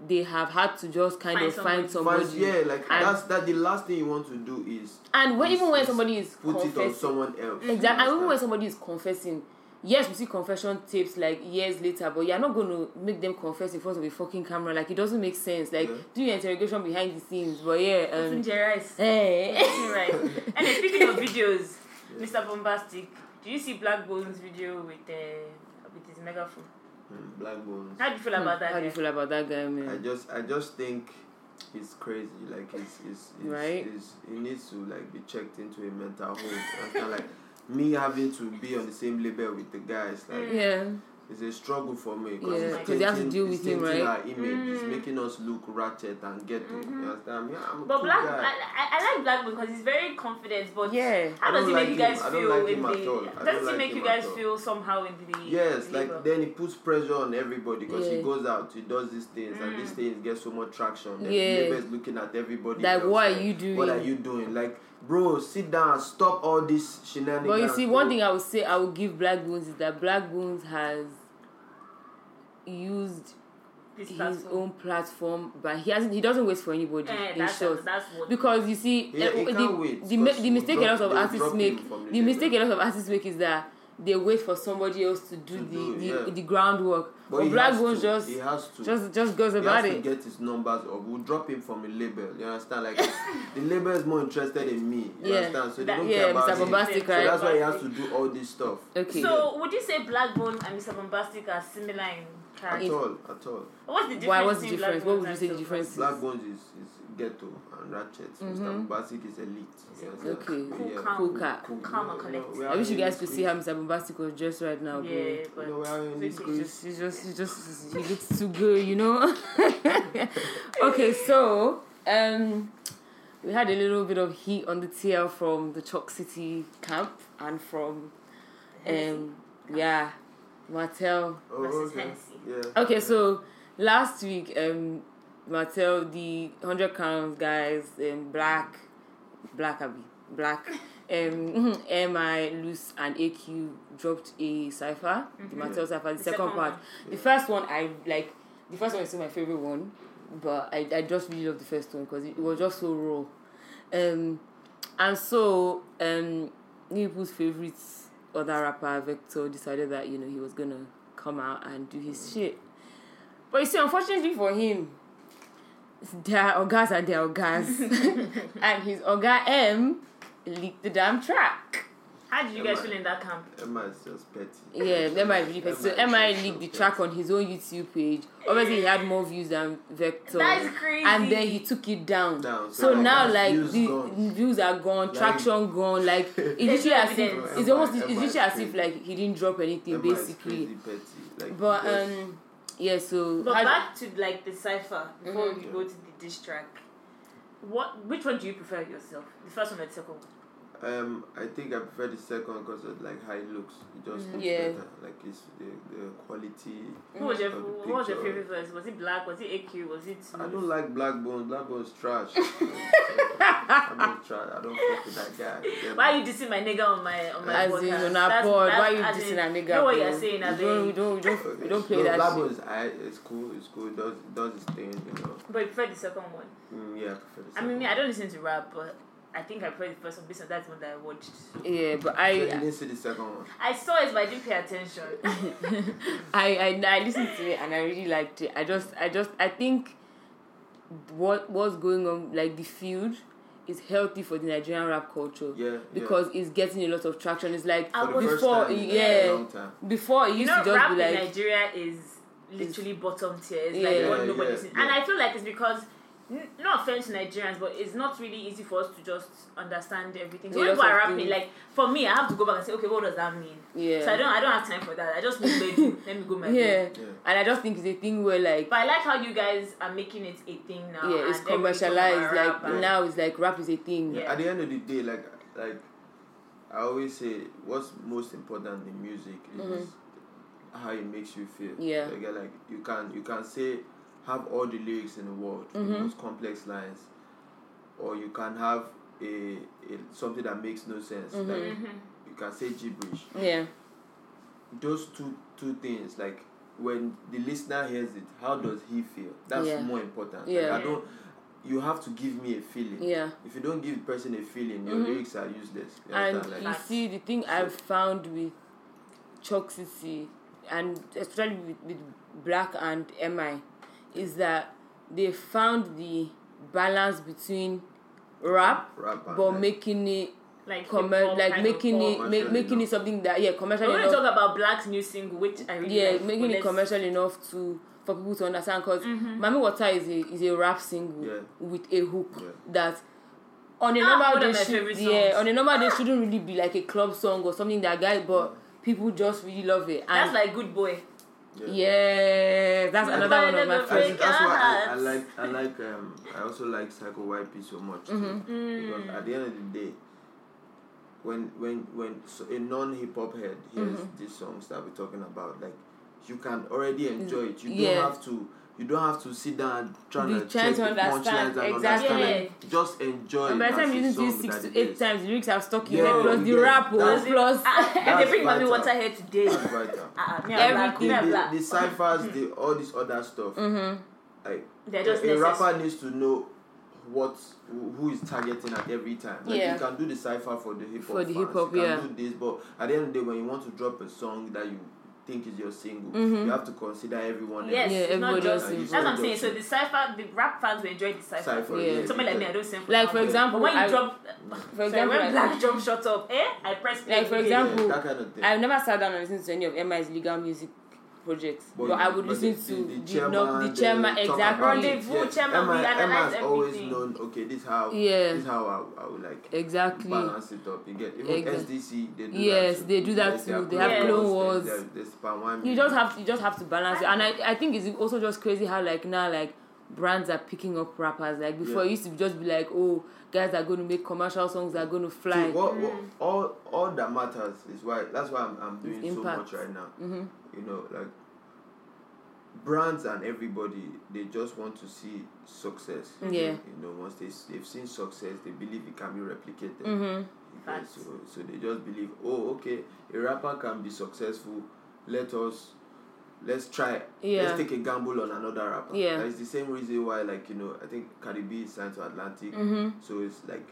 [SPEAKER 1] they have had to just kind
[SPEAKER 2] Find
[SPEAKER 1] of find somebody.
[SPEAKER 3] Fans- yeah, like
[SPEAKER 1] and-
[SPEAKER 3] that's that the last thing you want to do is
[SPEAKER 1] And when,
[SPEAKER 3] is-
[SPEAKER 1] even when
[SPEAKER 3] is
[SPEAKER 1] somebody is
[SPEAKER 3] put it on
[SPEAKER 1] confessing,
[SPEAKER 3] someone else. you
[SPEAKER 1] exactly. And even when
[SPEAKER 3] understand?
[SPEAKER 1] somebody is confessing, yes, we see confession tapes like years later, but you're not going to make them confess in front of a fucking camera. Like it doesn't make sense. Like
[SPEAKER 3] Yeah.
[SPEAKER 1] do your interrogation behind the scenes. But yeah, um, <laughs> eh.
[SPEAKER 2] Ginger rice.
[SPEAKER 1] hey,
[SPEAKER 2] Eating rice. And then speaking of videos, Mr. Bombastic, do you see Black Bones video with uh, with his megaphone?
[SPEAKER 3] Mm, black bones.
[SPEAKER 2] How do you feel about that?
[SPEAKER 1] Hmm, how do you
[SPEAKER 2] guy?
[SPEAKER 1] feel about that guy,
[SPEAKER 3] I
[SPEAKER 1] man?
[SPEAKER 3] just I just think it's crazy. Like it's it's, it's
[SPEAKER 1] Right.
[SPEAKER 3] It's, it needs to like be checked into a mental home. It's kinda like me having to be on the same label with the guys. Like
[SPEAKER 1] Yeah,
[SPEAKER 3] it's a struggle for me.
[SPEAKER 1] Mm. Yeah,
[SPEAKER 3] it's
[SPEAKER 1] 'cause they have to
[SPEAKER 3] tainting-
[SPEAKER 1] deal
[SPEAKER 3] it's
[SPEAKER 1] with him,
[SPEAKER 3] tainting
[SPEAKER 1] right? Mm. Mm-hmm.
[SPEAKER 3] Our image. It's making us look ratchet and ghetto. You understand? Yeah, I'm a
[SPEAKER 2] But
[SPEAKER 3] cool
[SPEAKER 2] Black, I,
[SPEAKER 3] guy.
[SPEAKER 2] I, I like Black Bones because he's very confident. But
[SPEAKER 1] Yeah.
[SPEAKER 2] how
[SPEAKER 3] I
[SPEAKER 2] does
[SPEAKER 3] don't
[SPEAKER 2] he
[SPEAKER 3] like
[SPEAKER 2] make you
[SPEAKER 3] him.
[SPEAKER 2] guys
[SPEAKER 3] I don't
[SPEAKER 2] feel
[SPEAKER 3] like
[SPEAKER 2] in
[SPEAKER 3] him at all.
[SPEAKER 2] the?
[SPEAKER 3] I
[SPEAKER 2] Doesn't
[SPEAKER 3] don't
[SPEAKER 2] he
[SPEAKER 3] like
[SPEAKER 2] make
[SPEAKER 3] him
[SPEAKER 2] you guys
[SPEAKER 3] at all.
[SPEAKER 2] feel somehow in the?
[SPEAKER 3] Yes, like
[SPEAKER 2] label?
[SPEAKER 3] then he puts pressure on everybody because
[SPEAKER 1] Yeah. Mm.
[SPEAKER 3] he goes out, he does these things, and these things get so much traction. Then
[SPEAKER 1] Yeah.
[SPEAKER 3] neighbors looking at everybody.
[SPEAKER 1] Like,
[SPEAKER 3] else,
[SPEAKER 1] what are you
[SPEAKER 3] What
[SPEAKER 1] doing?
[SPEAKER 3] are you doing? Like, bro, sit down, stop all this shenanigans.
[SPEAKER 1] But you see, one
[SPEAKER 3] bro.
[SPEAKER 1] thing I would say I would give Black Bones is that Black Bones has used
[SPEAKER 2] This
[SPEAKER 1] his
[SPEAKER 2] platform.
[SPEAKER 1] own platform, but he hasn't. He doesn't wait for anybody.
[SPEAKER 2] Eh,
[SPEAKER 1] in
[SPEAKER 2] that's,
[SPEAKER 1] short,
[SPEAKER 2] that's what.
[SPEAKER 1] because you see,
[SPEAKER 3] Yeah,
[SPEAKER 1] eh,
[SPEAKER 3] he
[SPEAKER 1] the,
[SPEAKER 3] can't wait,
[SPEAKER 1] the, ma-
[SPEAKER 3] because
[SPEAKER 1] the mistake a
[SPEAKER 3] they'll
[SPEAKER 1] lot of
[SPEAKER 3] drop-
[SPEAKER 1] artists
[SPEAKER 3] they'll drop
[SPEAKER 1] make,
[SPEAKER 3] him from the
[SPEAKER 1] the
[SPEAKER 3] table.
[SPEAKER 1] mistake a lot of artists make is that they wait for somebody else to do
[SPEAKER 3] To
[SPEAKER 1] the
[SPEAKER 3] do it,
[SPEAKER 1] the,
[SPEAKER 3] yeah.
[SPEAKER 1] the groundwork.
[SPEAKER 3] But
[SPEAKER 1] But
[SPEAKER 3] he
[SPEAKER 1] Black
[SPEAKER 3] has
[SPEAKER 1] won't
[SPEAKER 3] to,
[SPEAKER 1] just
[SPEAKER 3] He has to.
[SPEAKER 1] just just goes
[SPEAKER 3] he
[SPEAKER 1] about
[SPEAKER 3] has to
[SPEAKER 1] it.
[SPEAKER 3] get his numbers up. We'll drop him from a label. You understand? Like the label is more interested in me. You
[SPEAKER 1] Yeah.
[SPEAKER 3] understand? So they
[SPEAKER 2] That-
[SPEAKER 3] don't
[SPEAKER 1] yeah,
[SPEAKER 3] care about
[SPEAKER 1] Mr.
[SPEAKER 3] him.
[SPEAKER 1] Bombastic,
[SPEAKER 3] So
[SPEAKER 1] right?
[SPEAKER 3] that's why he has to do all this stuff.
[SPEAKER 1] Okay.
[SPEAKER 2] So would you say Blackbone and Mr. Bombastic are similar in
[SPEAKER 3] At
[SPEAKER 2] character?
[SPEAKER 3] all, at all.
[SPEAKER 2] What's the difference?
[SPEAKER 1] Why, what's the
[SPEAKER 2] between
[SPEAKER 1] difference?
[SPEAKER 2] Blackbone
[SPEAKER 1] What would
[SPEAKER 2] and
[SPEAKER 1] you say the
[SPEAKER 2] Mr.
[SPEAKER 1] difference
[SPEAKER 2] Bombastic?
[SPEAKER 3] Black Bones is, is ghetto and ratchet. Mr. Bombastic is elite. You understand?
[SPEAKER 1] Mm-hmm. Okay.
[SPEAKER 2] Cool,
[SPEAKER 3] Yeah.
[SPEAKER 2] calm.
[SPEAKER 1] Cool cat.
[SPEAKER 3] Cool.
[SPEAKER 2] Calm and
[SPEAKER 3] No,
[SPEAKER 2] collected.
[SPEAKER 3] we are
[SPEAKER 1] I wish you
[SPEAKER 3] in
[SPEAKER 1] guys
[SPEAKER 3] this
[SPEAKER 1] could see
[SPEAKER 3] quiz.
[SPEAKER 1] how Mr. Bombastic was dressed right now, bro.
[SPEAKER 2] Yeah, but
[SPEAKER 3] No, we are in this
[SPEAKER 2] Quick,
[SPEAKER 3] quiz.
[SPEAKER 2] just-
[SPEAKER 1] She's just, she's just, he looks too good, you know. <laughs> okay, so um, we had a little bit of heat on the TL from the Chalk City camp and from um, yeah, Martel.
[SPEAKER 3] Oh,
[SPEAKER 2] versus
[SPEAKER 3] okay.
[SPEAKER 2] Hennessy.
[SPEAKER 3] Yeah.
[SPEAKER 1] Okay, so last week um, Martel the hundred pounds guys um, black, black Abby,
[SPEAKER 2] <laughs>
[SPEAKER 1] black. Um, <laughs> MI, Luce, and AQ dropped a cipher, the Martel cipher, the, second,
[SPEAKER 2] Mm-hmm. The second
[SPEAKER 1] part.
[SPEAKER 2] one.
[SPEAKER 1] The first one, I like. The first one is still my favorite one, but I, I just really love the first one because it, it was just so raw. Um, and so um, Liverpool's favorite other rapper Vector decided that you know he was gonna come out and do
[SPEAKER 2] Mm.
[SPEAKER 1] his shit. But you see, unfortunately for him, their ogas are their <laughs> ogas, and his oga M leaked the damn track.
[SPEAKER 2] How did you guys feel in that camp?
[SPEAKER 3] Emma is just petty.
[SPEAKER 1] Yeah, MI really petty. So MI leaked the track on his own YouTube page. Obviously, he had more views than Vector.
[SPEAKER 2] That is crazy.
[SPEAKER 1] And then he took it down.
[SPEAKER 3] Down,
[SPEAKER 1] so
[SPEAKER 3] so like
[SPEAKER 1] now,
[SPEAKER 3] that
[SPEAKER 1] like,
[SPEAKER 3] views
[SPEAKER 1] the
[SPEAKER 3] gone.
[SPEAKER 1] views are gone, traction gone.
[SPEAKER 3] <laughs>
[SPEAKER 1] Like, it's literally as if,
[SPEAKER 2] evidence.
[SPEAKER 1] it's almost, it's
[SPEAKER 3] MI
[SPEAKER 1] literally
[SPEAKER 3] is
[SPEAKER 1] as if,
[SPEAKER 3] crazy.
[SPEAKER 1] like, he didn't drop anything,
[SPEAKER 3] Emma is
[SPEAKER 1] basically.
[SPEAKER 3] crazy petty. Like,
[SPEAKER 1] But,
[SPEAKER 3] yes.
[SPEAKER 1] um, yeah, so.
[SPEAKER 2] But
[SPEAKER 1] how-
[SPEAKER 2] back to like the cipher before
[SPEAKER 1] Mhm.
[SPEAKER 2] you go to the diss track. What? Which one do you prefer yourself? The first one or the second one?
[SPEAKER 3] Um, I think I prefer the second because of like how it looks. It just
[SPEAKER 1] Mm.
[SPEAKER 3] looks
[SPEAKER 1] Yeah.
[SPEAKER 3] better. Like it's the, the quality.
[SPEAKER 2] Who was your
[SPEAKER 3] Of the
[SPEAKER 2] What was your
[SPEAKER 3] picture.
[SPEAKER 2] favorite verse? Was it black? Was it AQ? Was it?
[SPEAKER 3] I don't like black bones. Black bones
[SPEAKER 1] <laughs>
[SPEAKER 3] trash. I'm not trash. I don't fuck with that guy. Yeah,
[SPEAKER 2] Why are you dissing my nigga on my on my
[SPEAKER 1] As
[SPEAKER 2] podcast?
[SPEAKER 1] in, on our
[SPEAKER 2] That's-
[SPEAKER 1] pod, why you
[SPEAKER 2] that's- as in,
[SPEAKER 1] dissing a nigga?
[SPEAKER 2] Know what
[SPEAKER 1] bro?
[SPEAKER 2] you're saying,
[SPEAKER 1] we
[SPEAKER 2] as
[SPEAKER 1] don't, we
[SPEAKER 2] in,
[SPEAKER 1] don't, we don't, we
[SPEAKER 3] okay.
[SPEAKER 1] don't play
[SPEAKER 3] no,
[SPEAKER 1] that
[SPEAKER 3] Black
[SPEAKER 1] shit.
[SPEAKER 3] bones, I, it's cool. It's cool. It does it does its thing. You know.
[SPEAKER 2] but you prefer the second one.
[SPEAKER 3] Mm, yeah, I prefer the
[SPEAKER 2] I
[SPEAKER 3] second
[SPEAKER 2] mean, me,
[SPEAKER 3] one.
[SPEAKER 2] I don't listen to rap, but I think I prefer the first one based on that one that I watched.
[SPEAKER 1] Yeah, but
[SPEAKER 3] So you
[SPEAKER 1] I,
[SPEAKER 3] didn't see the second one.
[SPEAKER 2] I saw it, but I didn't pay attention.
[SPEAKER 1] I, I I listened to it and I really liked it. I just I just I think what what's going on like the field is healthy for the Nigerian rap culture.
[SPEAKER 3] Yeah, yeah.
[SPEAKER 1] Because it's getting a lot of traction. It's like
[SPEAKER 2] I
[SPEAKER 3] For
[SPEAKER 2] was-
[SPEAKER 3] the first
[SPEAKER 1] before
[SPEAKER 3] time in
[SPEAKER 1] yeah.
[SPEAKER 3] a long time.
[SPEAKER 1] before it
[SPEAKER 2] you
[SPEAKER 1] used
[SPEAKER 2] know,
[SPEAKER 1] to just
[SPEAKER 2] rap
[SPEAKER 1] be
[SPEAKER 2] in
[SPEAKER 1] like
[SPEAKER 2] Nigeria is literally bottom tier. It's
[SPEAKER 1] Yeah.
[SPEAKER 2] like what
[SPEAKER 3] Yeah,
[SPEAKER 2] nobody
[SPEAKER 3] yeah,
[SPEAKER 2] sees.
[SPEAKER 3] yeah.
[SPEAKER 2] and I feel like it's because. n- No offense to Nigerians, but it's not really easy for us to just understand everything. So
[SPEAKER 1] Yeah,
[SPEAKER 2] when people
[SPEAKER 1] lots
[SPEAKER 2] are
[SPEAKER 1] of
[SPEAKER 2] rapping,
[SPEAKER 1] things.
[SPEAKER 2] like for me, I have to go back and say, okay, what does that mean?
[SPEAKER 1] yeah
[SPEAKER 2] So I don't, I don't have time for that. I just need
[SPEAKER 1] <laughs>
[SPEAKER 2] to let me go my way.
[SPEAKER 1] yeah.
[SPEAKER 3] Yeah.
[SPEAKER 1] And I just think it's a thing where like
[SPEAKER 2] But I like how you guys are making it a thing now.
[SPEAKER 1] yeah, it's
[SPEAKER 2] and every song about
[SPEAKER 1] commercialized. Like
[SPEAKER 2] rap and-
[SPEAKER 1] now, it's like rap is a thing.
[SPEAKER 2] Yeah.
[SPEAKER 3] At the end of the day, like like I always say, what's most important in music is how it makes you feel.
[SPEAKER 1] Yeah.
[SPEAKER 3] Like, uh, like you can you can say have all the lyrics in the world, the most complex lines, or you can have a, a something that makes no sense.
[SPEAKER 2] Mm-hmm.
[SPEAKER 3] Like you can say gibberish.
[SPEAKER 1] yeah.
[SPEAKER 3] Those two two things like. When the listener hears it, how does he feel? That's
[SPEAKER 1] Yeah.
[SPEAKER 3] more important.
[SPEAKER 1] Yeah.
[SPEAKER 3] Like I don't. You have to give me a feeling
[SPEAKER 1] yeah. Mm-hmm.
[SPEAKER 3] if you don't give the person a feeling, your lyrics are useless. You
[SPEAKER 1] and
[SPEAKER 3] understand?
[SPEAKER 1] you
[SPEAKER 3] Like,
[SPEAKER 2] Facts.
[SPEAKER 1] see the thing I've found with Choxity and especially with, with Black and MI is that they found the balance between rap
[SPEAKER 3] rap and
[SPEAKER 1] but
[SPEAKER 3] like-
[SPEAKER 1] making it
[SPEAKER 2] like
[SPEAKER 1] commer-
[SPEAKER 2] hip-hop
[SPEAKER 1] like
[SPEAKER 2] kind of
[SPEAKER 1] making
[SPEAKER 2] pop.
[SPEAKER 1] it make,
[SPEAKER 3] Commercial
[SPEAKER 1] making it
[SPEAKER 3] enough.
[SPEAKER 1] something that yeah commercial
[SPEAKER 2] We're going to
[SPEAKER 1] enough
[SPEAKER 2] talk about Black's new single, which I really
[SPEAKER 1] yeah
[SPEAKER 2] like,
[SPEAKER 1] making
[SPEAKER 2] but
[SPEAKER 1] it
[SPEAKER 2] let's-
[SPEAKER 1] commercial enough to for people to understand because
[SPEAKER 2] Mm-hmm.
[SPEAKER 1] Mami Water is a is a rap single
[SPEAKER 3] Yeah.
[SPEAKER 1] with a hook
[SPEAKER 3] Yeah.
[SPEAKER 1] that on a
[SPEAKER 2] Ah, one
[SPEAKER 1] normal
[SPEAKER 2] of
[SPEAKER 1] day
[SPEAKER 2] my
[SPEAKER 1] should,
[SPEAKER 2] favorite
[SPEAKER 1] yeah
[SPEAKER 2] songs. Ah.
[SPEAKER 1] on a normal day shouldn't really be like a club song or something that guy but people just really love it and
[SPEAKER 2] That's like Good Boy.
[SPEAKER 1] yeah that's
[SPEAKER 3] Yeah.
[SPEAKER 1] another one of my
[SPEAKER 2] Break
[SPEAKER 3] That's,
[SPEAKER 1] favorite
[SPEAKER 2] Break
[SPEAKER 3] that's
[SPEAKER 2] your
[SPEAKER 3] why I, I
[SPEAKER 2] hearts.
[SPEAKER 3] like I like um I also like Psycho YP so much too,
[SPEAKER 1] Mm-hmm.
[SPEAKER 2] Mm.
[SPEAKER 3] because at the end of the day, when when when so a non hip hop head
[SPEAKER 1] Mm-hmm.
[SPEAKER 3] hears these songs that we're talking about, like you can already enjoy it. You
[SPEAKER 1] Yeah.
[SPEAKER 3] don't have to you don't have to sit down and try
[SPEAKER 1] Be
[SPEAKER 3] to
[SPEAKER 1] trying
[SPEAKER 3] check
[SPEAKER 1] to
[SPEAKER 3] the punchlines
[SPEAKER 1] understand,
[SPEAKER 3] and
[SPEAKER 1] exactly.
[SPEAKER 3] understand it. Just enjoy
[SPEAKER 1] And
[SPEAKER 3] it
[SPEAKER 1] by the
[SPEAKER 3] as
[SPEAKER 1] time you
[SPEAKER 3] a
[SPEAKER 1] listen to
[SPEAKER 3] song
[SPEAKER 1] it six
[SPEAKER 3] that
[SPEAKER 1] to
[SPEAKER 3] it
[SPEAKER 1] eight
[SPEAKER 3] is.
[SPEAKER 1] times, the lyrics have stuck in
[SPEAKER 3] Yeah,
[SPEAKER 1] there, plus the
[SPEAKER 3] yeah,
[SPEAKER 1] rap, oh,
[SPEAKER 3] that's-
[SPEAKER 2] <laughs>
[SPEAKER 1] plus
[SPEAKER 2] Ah, and they
[SPEAKER 3] That's
[SPEAKER 2] bring mommy
[SPEAKER 3] vital.
[SPEAKER 2] water here
[SPEAKER 3] <laughs>
[SPEAKER 2] today.
[SPEAKER 3] That's vital.
[SPEAKER 2] Ah, ah, me,
[SPEAKER 1] Every
[SPEAKER 2] I'm black, me,
[SPEAKER 3] the,
[SPEAKER 2] I'm
[SPEAKER 3] the,
[SPEAKER 2] black.
[SPEAKER 3] the ciphers, the all this other stuff.
[SPEAKER 1] Mm-hmm.
[SPEAKER 3] Like
[SPEAKER 2] They're just
[SPEAKER 3] a
[SPEAKER 2] necessary.
[SPEAKER 3] rapper needs to know what who who is targeting at every time. Like
[SPEAKER 1] Yeah.
[SPEAKER 3] you can do the cipher for the hip hop.
[SPEAKER 1] For the hip hop,
[SPEAKER 3] you
[SPEAKER 1] yeah.
[SPEAKER 3] Can do this, but at the end of the day, when you want to drop a song that you think is your single,
[SPEAKER 1] Mm-hmm.
[SPEAKER 3] you have to consider everyone.
[SPEAKER 2] Yes,
[SPEAKER 1] Yeah,
[SPEAKER 3] else.
[SPEAKER 2] it's not
[SPEAKER 1] everybody
[SPEAKER 2] just.
[SPEAKER 1] else
[SPEAKER 2] That's
[SPEAKER 1] involved.
[SPEAKER 2] what I'm saying. So the cipher, the rap fans will enjoy the cipher.
[SPEAKER 3] Cipher,
[SPEAKER 1] Yeah.
[SPEAKER 3] yeah.
[SPEAKER 2] Somebody like me, I don't sing.
[SPEAKER 1] Like, for
[SPEAKER 2] album.
[SPEAKER 1] example,
[SPEAKER 2] but when you
[SPEAKER 1] I-
[SPEAKER 2] drop,
[SPEAKER 1] for
[SPEAKER 2] sorry,
[SPEAKER 1] example,
[SPEAKER 2] when
[SPEAKER 1] like-
[SPEAKER 2] black jump shut up, eh? I press play.
[SPEAKER 1] Like, for
[SPEAKER 2] again.
[SPEAKER 3] Yeah,
[SPEAKER 1] example,
[SPEAKER 3] that kind of thing.
[SPEAKER 1] I've never sat down and listened to any of Emma's legal music projects, but,
[SPEAKER 3] you-
[SPEAKER 1] I would
[SPEAKER 3] but
[SPEAKER 1] listen
[SPEAKER 3] the-
[SPEAKER 1] to
[SPEAKER 3] the, the
[SPEAKER 1] the, no-
[SPEAKER 3] chairman,
[SPEAKER 1] the chairman
[SPEAKER 3] talk about
[SPEAKER 1] exactly,
[SPEAKER 3] it.
[SPEAKER 2] Rendezvous chairman,
[SPEAKER 3] Emma,
[SPEAKER 2] we analyze
[SPEAKER 3] Emma's always
[SPEAKER 2] everything.
[SPEAKER 3] known. Okay, this how.
[SPEAKER 1] Yeah.
[SPEAKER 3] This how I, I would like
[SPEAKER 1] exactly.
[SPEAKER 3] balance it up. You get even
[SPEAKER 1] Exact-
[SPEAKER 3] SDC. They do
[SPEAKER 1] Yes,
[SPEAKER 3] that too.
[SPEAKER 1] they do that
[SPEAKER 3] Yes,
[SPEAKER 1] too.
[SPEAKER 3] have
[SPEAKER 1] They have
[SPEAKER 2] clone
[SPEAKER 1] wars.
[SPEAKER 3] There's, there's Palmwine.
[SPEAKER 1] You just have you just have to balance it, and I, I think it's also just crazy how like now like brands are picking up rappers. Like before,
[SPEAKER 3] Yeah.
[SPEAKER 1] it used to just be like, oh, guys are going to make commercial songs that are going to Mm.
[SPEAKER 3] See,
[SPEAKER 1] fly.
[SPEAKER 3] what, what, all all that matters is why that's why I'm, I'm doing so
[SPEAKER 1] impact.
[SPEAKER 3] much right now.
[SPEAKER 1] Mm-hmm,
[SPEAKER 3] You know, like brands and everybody, they just want to see success.
[SPEAKER 1] Yeah.
[SPEAKER 3] You know, once they s- they've seen success, they believe it can be replicated.
[SPEAKER 1] mm-hmm,
[SPEAKER 3] You know,
[SPEAKER 2] Facts.
[SPEAKER 3] so so they just believe, oh, okay, a rapper can be successful. Let us. Let's try.
[SPEAKER 1] Yeah.
[SPEAKER 3] Let's take a gamble on another rapper.
[SPEAKER 1] Yeah.
[SPEAKER 3] It's the same reason why, like you know, I think Cardi B is signed to Atlantic,
[SPEAKER 1] Mm. mm-hmm.
[SPEAKER 3] so it's like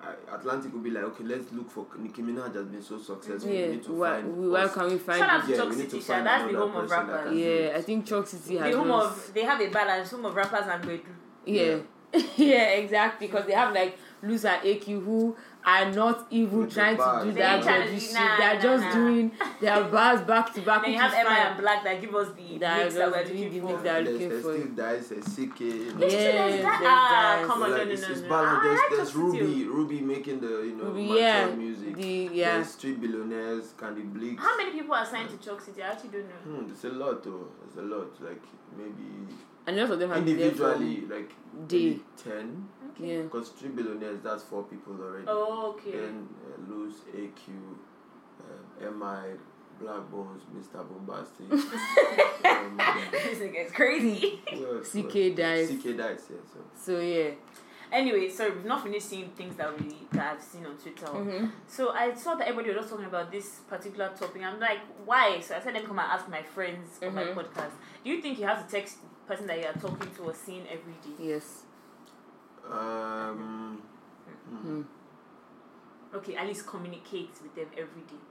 [SPEAKER 3] I, Atlantic will be like, okay, let's look for Nicki Minaj has been so successful.
[SPEAKER 1] yeah,
[SPEAKER 3] we need to
[SPEAKER 1] why,
[SPEAKER 3] find
[SPEAKER 1] we- where
[SPEAKER 3] us.
[SPEAKER 1] can we
[SPEAKER 2] Shout
[SPEAKER 1] find
[SPEAKER 2] out
[SPEAKER 1] it?
[SPEAKER 2] to
[SPEAKER 3] Yeah,
[SPEAKER 2] Chalk
[SPEAKER 3] we need
[SPEAKER 2] City,
[SPEAKER 3] to
[SPEAKER 2] Sha.
[SPEAKER 3] find
[SPEAKER 2] That's the
[SPEAKER 3] another
[SPEAKER 2] home of
[SPEAKER 3] person that
[SPEAKER 2] rappers.
[SPEAKER 3] can-
[SPEAKER 1] Yeah, I think Chalk City has
[SPEAKER 2] The home
[SPEAKER 1] those-
[SPEAKER 2] of they have a balance. Home of rappers and Bedu.
[SPEAKER 1] Yeah. <laughs> yeah, exactly. Because they have like Luz and AQ who are not even
[SPEAKER 3] With the
[SPEAKER 1] trying to
[SPEAKER 3] bars.
[SPEAKER 1] do
[SPEAKER 3] They
[SPEAKER 1] that
[SPEAKER 3] ain't trying
[SPEAKER 1] body
[SPEAKER 2] to do-
[SPEAKER 1] shit.
[SPEAKER 2] nah,
[SPEAKER 1] They're
[SPEAKER 2] nah,
[SPEAKER 1] just
[SPEAKER 2] nah.
[SPEAKER 1] doing their
[SPEAKER 2] <laughs>
[SPEAKER 1] bars back to back.
[SPEAKER 2] Then you
[SPEAKER 1] which
[SPEAKER 2] have
[SPEAKER 1] is
[SPEAKER 2] Emma
[SPEAKER 1] fine.
[SPEAKER 2] and Black that give us the
[SPEAKER 1] That
[SPEAKER 2] mix that we're
[SPEAKER 1] just give the
[SPEAKER 2] looking for.
[SPEAKER 1] mix that-
[SPEAKER 3] there's,
[SPEAKER 1] looking
[SPEAKER 3] there's
[SPEAKER 1] for
[SPEAKER 3] still Dice, there's CK. you know.
[SPEAKER 2] Which
[SPEAKER 1] Yeah.
[SPEAKER 2] children is that?
[SPEAKER 1] there's
[SPEAKER 2] Ah,
[SPEAKER 1] that. oh
[SPEAKER 2] come
[SPEAKER 3] So,
[SPEAKER 2] on,
[SPEAKER 3] like,
[SPEAKER 2] no, no,
[SPEAKER 3] it's,
[SPEAKER 2] no,
[SPEAKER 3] it's
[SPEAKER 2] no. Ah,
[SPEAKER 3] balanced.
[SPEAKER 2] I
[SPEAKER 3] There's,
[SPEAKER 2] like
[SPEAKER 3] there's
[SPEAKER 2] Chalk City.
[SPEAKER 3] Ruby, Ruby making the you know
[SPEAKER 1] Ruby,
[SPEAKER 3] mature
[SPEAKER 1] yeah,
[SPEAKER 3] music.
[SPEAKER 1] the- yeah.
[SPEAKER 3] There's Street Billionaires, Candy Bleaks.
[SPEAKER 2] How many people are signed to Chalk City? I actually don't know.
[SPEAKER 3] Hmm, it's a lot though. It's a lot. Like maybe
[SPEAKER 1] And most of them have been there for-
[SPEAKER 3] individually, like
[SPEAKER 1] day.
[SPEAKER 3] maybe ten.
[SPEAKER 1] Yeah.
[SPEAKER 3] Because Street Billionaires, that's four people already.
[SPEAKER 2] Oh, okay.
[SPEAKER 3] Then uh, Luz, AQ, uh, MI, Black Bones, Mr.
[SPEAKER 2] <laughs>
[SPEAKER 3] Bombastic. um,
[SPEAKER 2] <laughs> this nigga is crazy. <laughs>
[SPEAKER 3] who else?
[SPEAKER 1] CK Dice.
[SPEAKER 3] CK Dice, yeah. So.
[SPEAKER 1] So yeah.
[SPEAKER 2] anyway, sorry, we've not finished seeing things that we that I've seen on Twitter.
[SPEAKER 1] Mm.
[SPEAKER 2] So I saw that everybody was just talking about this particular topic. I'm like, why? So I said, let me come and ask my friends on
[SPEAKER 1] Mm-hmm.
[SPEAKER 2] my podcast. Do you think you have to text the person that you are talking to or seeing every day?
[SPEAKER 1] Yes.
[SPEAKER 3] Um,
[SPEAKER 2] Hmm, Okay, at least communicate with them every day.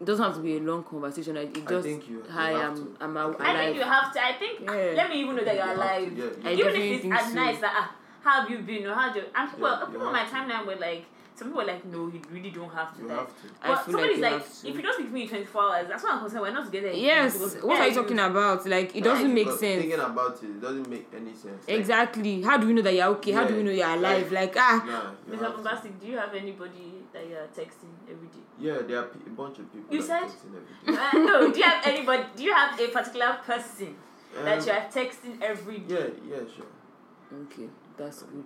[SPEAKER 1] It doesn't have to be a long conversation. Like, it
[SPEAKER 3] I
[SPEAKER 1] just
[SPEAKER 3] think you- you
[SPEAKER 1] hi,
[SPEAKER 3] have
[SPEAKER 1] I'm
[SPEAKER 3] to.
[SPEAKER 1] I'm al- alive.
[SPEAKER 2] I think you have to. I think
[SPEAKER 1] Yeah.
[SPEAKER 2] let me even know um, that you're
[SPEAKER 3] You have to,
[SPEAKER 2] alive.
[SPEAKER 3] yeah, yeah.
[SPEAKER 1] I
[SPEAKER 2] Even
[SPEAKER 1] definitely
[SPEAKER 2] if it's
[SPEAKER 1] think
[SPEAKER 2] at
[SPEAKER 1] so.
[SPEAKER 2] night, that ah, how have you been? Or how do? And people,
[SPEAKER 3] Yeah, you
[SPEAKER 2] people on my
[SPEAKER 3] have to.
[SPEAKER 2] timeline were like, some people were like, no, you really don't have to.
[SPEAKER 3] you
[SPEAKER 2] like,
[SPEAKER 3] have to.
[SPEAKER 1] I feel
[SPEAKER 2] But
[SPEAKER 1] like
[SPEAKER 2] somebody's
[SPEAKER 1] you
[SPEAKER 2] like,
[SPEAKER 1] have to.
[SPEAKER 2] if you don't speak to me in 24 hours, that's what I'm concerned. We're not together. anymore.
[SPEAKER 1] Yes.
[SPEAKER 2] Because-
[SPEAKER 1] What
[SPEAKER 2] Yeah,
[SPEAKER 1] are you talking about? Like it doesn't make
[SPEAKER 3] Because
[SPEAKER 1] sense.
[SPEAKER 3] Thinking about it, it doesn't make any sense. Like,
[SPEAKER 1] Exactly. How do we know that you're okay? How do
[SPEAKER 3] Yeah.
[SPEAKER 1] we know you're alive? Like
[SPEAKER 3] nah,
[SPEAKER 1] ah.
[SPEAKER 3] you
[SPEAKER 2] Mr.
[SPEAKER 3] have to.
[SPEAKER 2] Bombastic, do you have anybody that you're texting every
[SPEAKER 1] <laughs>
[SPEAKER 2] day?
[SPEAKER 3] Yeah, there are pe- a bunch of people.
[SPEAKER 2] You
[SPEAKER 3] that
[SPEAKER 2] said?
[SPEAKER 3] text and everything.
[SPEAKER 2] Uh, no, do you have anybody? Do you have a particular person that
[SPEAKER 3] Um,
[SPEAKER 2] you are texting every day?
[SPEAKER 3] Yeah, yeah, sure.
[SPEAKER 1] Okay, that's good.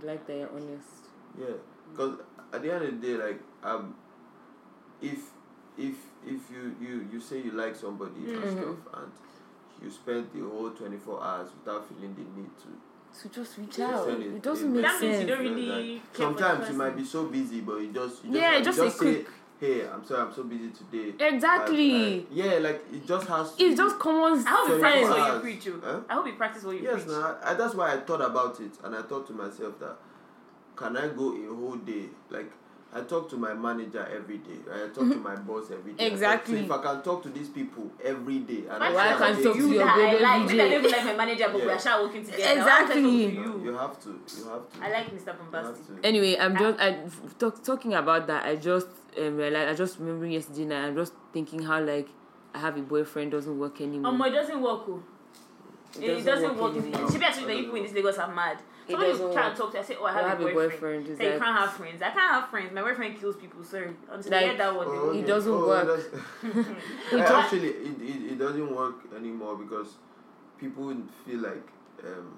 [SPEAKER 1] We like that you're honest.
[SPEAKER 3] Yeah, because at the end of the day, like um, if if if you you you say you like somebody
[SPEAKER 1] Mm-hmm.
[SPEAKER 3] and stuff, and you spend the whole twenty four hours without feeling the need to.
[SPEAKER 1] So just reach
[SPEAKER 3] to
[SPEAKER 1] out.
[SPEAKER 3] send
[SPEAKER 1] It doesn't make
[SPEAKER 2] That means you
[SPEAKER 1] sense.
[SPEAKER 2] don't really
[SPEAKER 3] like,
[SPEAKER 2] care for the
[SPEAKER 3] sometimes you
[SPEAKER 2] person.
[SPEAKER 3] might be so busy, but you just you
[SPEAKER 1] Yeah,
[SPEAKER 3] just,
[SPEAKER 1] just
[SPEAKER 3] you
[SPEAKER 1] a
[SPEAKER 3] just say,
[SPEAKER 1] quick-
[SPEAKER 3] hey, I'm sorry, I'm so busy today.
[SPEAKER 1] Exactly.
[SPEAKER 3] Like, like, yeah, like it just has. To
[SPEAKER 1] It's just common
[SPEAKER 2] I hope you
[SPEAKER 3] Sorry,
[SPEAKER 2] practice
[SPEAKER 3] for
[SPEAKER 1] sense.
[SPEAKER 2] what you
[SPEAKER 3] us.
[SPEAKER 2] preach. You.
[SPEAKER 3] Huh?
[SPEAKER 2] I hope you practice what you
[SPEAKER 3] Yes,
[SPEAKER 2] preach.
[SPEAKER 3] now I, that's why I thought about it, and I thought to myself that can I go a whole day? Like I talk to my manager every day, right? I talk to
[SPEAKER 1] <laughs>
[SPEAKER 3] my boss every day. I talk-
[SPEAKER 1] Exactly.
[SPEAKER 3] so if I can talk to these people every day, and
[SPEAKER 2] Why
[SPEAKER 3] I
[SPEAKER 1] Why
[SPEAKER 3] see how
[SPEAKER 1] can't
[SPEAKER 3] they
[SPEAKER 1] talk to
[SPEAKER 3] feel,
[SPEAKER 2] You
[SPEAKER 1] your
[SPEAKER 2] that
[SPEAKER 1] baby
[SPEAKER 2] I like, me that
[SPEAKER 3] <laughs>
[SPEAKER 2] I
[SPEAKER 1] DJ.
[SPEAKER 2] don't even like my manager, but we
[SPEAKER 3] Yeah.
[SPEAKER 2] are sure working together.
[SPEAKER 1] Exactly.
[SPEAKER 2] I
[SPEAKER 3] you, know,
[SPEAKER 2] you.
[SPEAKER 3] you have to. You have to.
[SPEAKER 2] I like Mr.
[SPEAKER 3] you have
[SPEAKER 2] Bombastic.
[SPEAKER 3] to.
[SPEAKER 1] Anyway, I'm just I, f- talk, talking about that. I just um, realized I just remembering yesterday night. I'm just thinking how like I have a boyfriend doesn't work anymore.
[SPEAKER 2] Um, it doesn't work. Oh. It doesn't, work. if
[SPEAKER 1] anymore.
[SPEAKER 2] She be actually the people in this Lagos are mad.
[SPEAKER 1] It
[SPEAKER 2] Somebody
[SPEAKER 1] doesn't
[SPEAKER 2] try
[SPEAKER 1] work.
[SPEAKER 2] and talk to her, say, Oh, I have,
[SPEAKER 1] I have
[SPEAKER 2] a boyfriend.
[SPEAKER 1] It's
[SPEAKER 2] Say, You
[SPEAKER 1] like-
[SPEAKER 2] can't have friends. I can't have friends. My boyfriend kills people, sorry. Until
[SPEAKER 1] Like-
[SPEAKER 2] they hear that word. they
[SPEAKER 3] Oh,
[SPEAKER 2] will-
[SPEAKER 1] It doesn't work. <laughs>
[SPEAKER 3] that's- Uh, actually, it, it, it doesn't work anymore because people feel like um,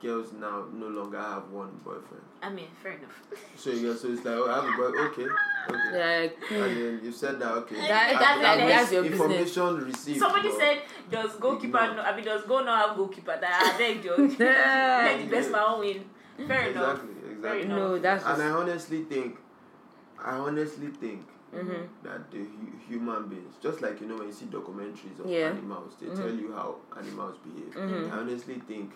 [SPEAKER 3] girls now no longer have one boyfriend.
[SPEAKER 2] <laughs> I mean, fair enough.
[SPEAKER 3] So you so it's like oh, I have a boy. Okay, okay.
[SPEAKER 1] Like,
[SPEAKER 3] And then you said that okay.
[SPEAKER 1] That-
[SPEAKER 3] Ah,
[SPEAKER 2] that's-
[SPEAKER 3] means
[SPEAKER 2] that's
[SPEAKER 1] your business.
[SPEAKER 3] information received.
[SPEAKER 2] Somebody
[SPEAKER 3] but-
[SPEAKER 2] said, "Does goalkeeper?
[SPEAKER 3] Ignore.
[SPEAKER 2] No, I mean, does goal not have goalkeeper? That I <laughs> beg you. Let the best man win. Fair enough.
[SPEAKER 3] exactly, exactly.
[SPEAKER 2] enough.
[SPEAKER 1] no, that's
[SPEAKER 3] And I
[SPEAKER 1] just,
[SPEAKER 3] honestly think, I honestly think
[SPEAKER 1] mm-hmm.
[SPEAKER 3] that the hu- human beings, just like you know when you see documentaries of
[SPEAKER 1] Yeah.
[SPEAKER 3] animals, they
[SPEAKER 1] Mhm.
[SPEAKER 3] tell you how animals behave.
[SPEAKER 1] Mhm.
[SPEAKER 3] I honestly think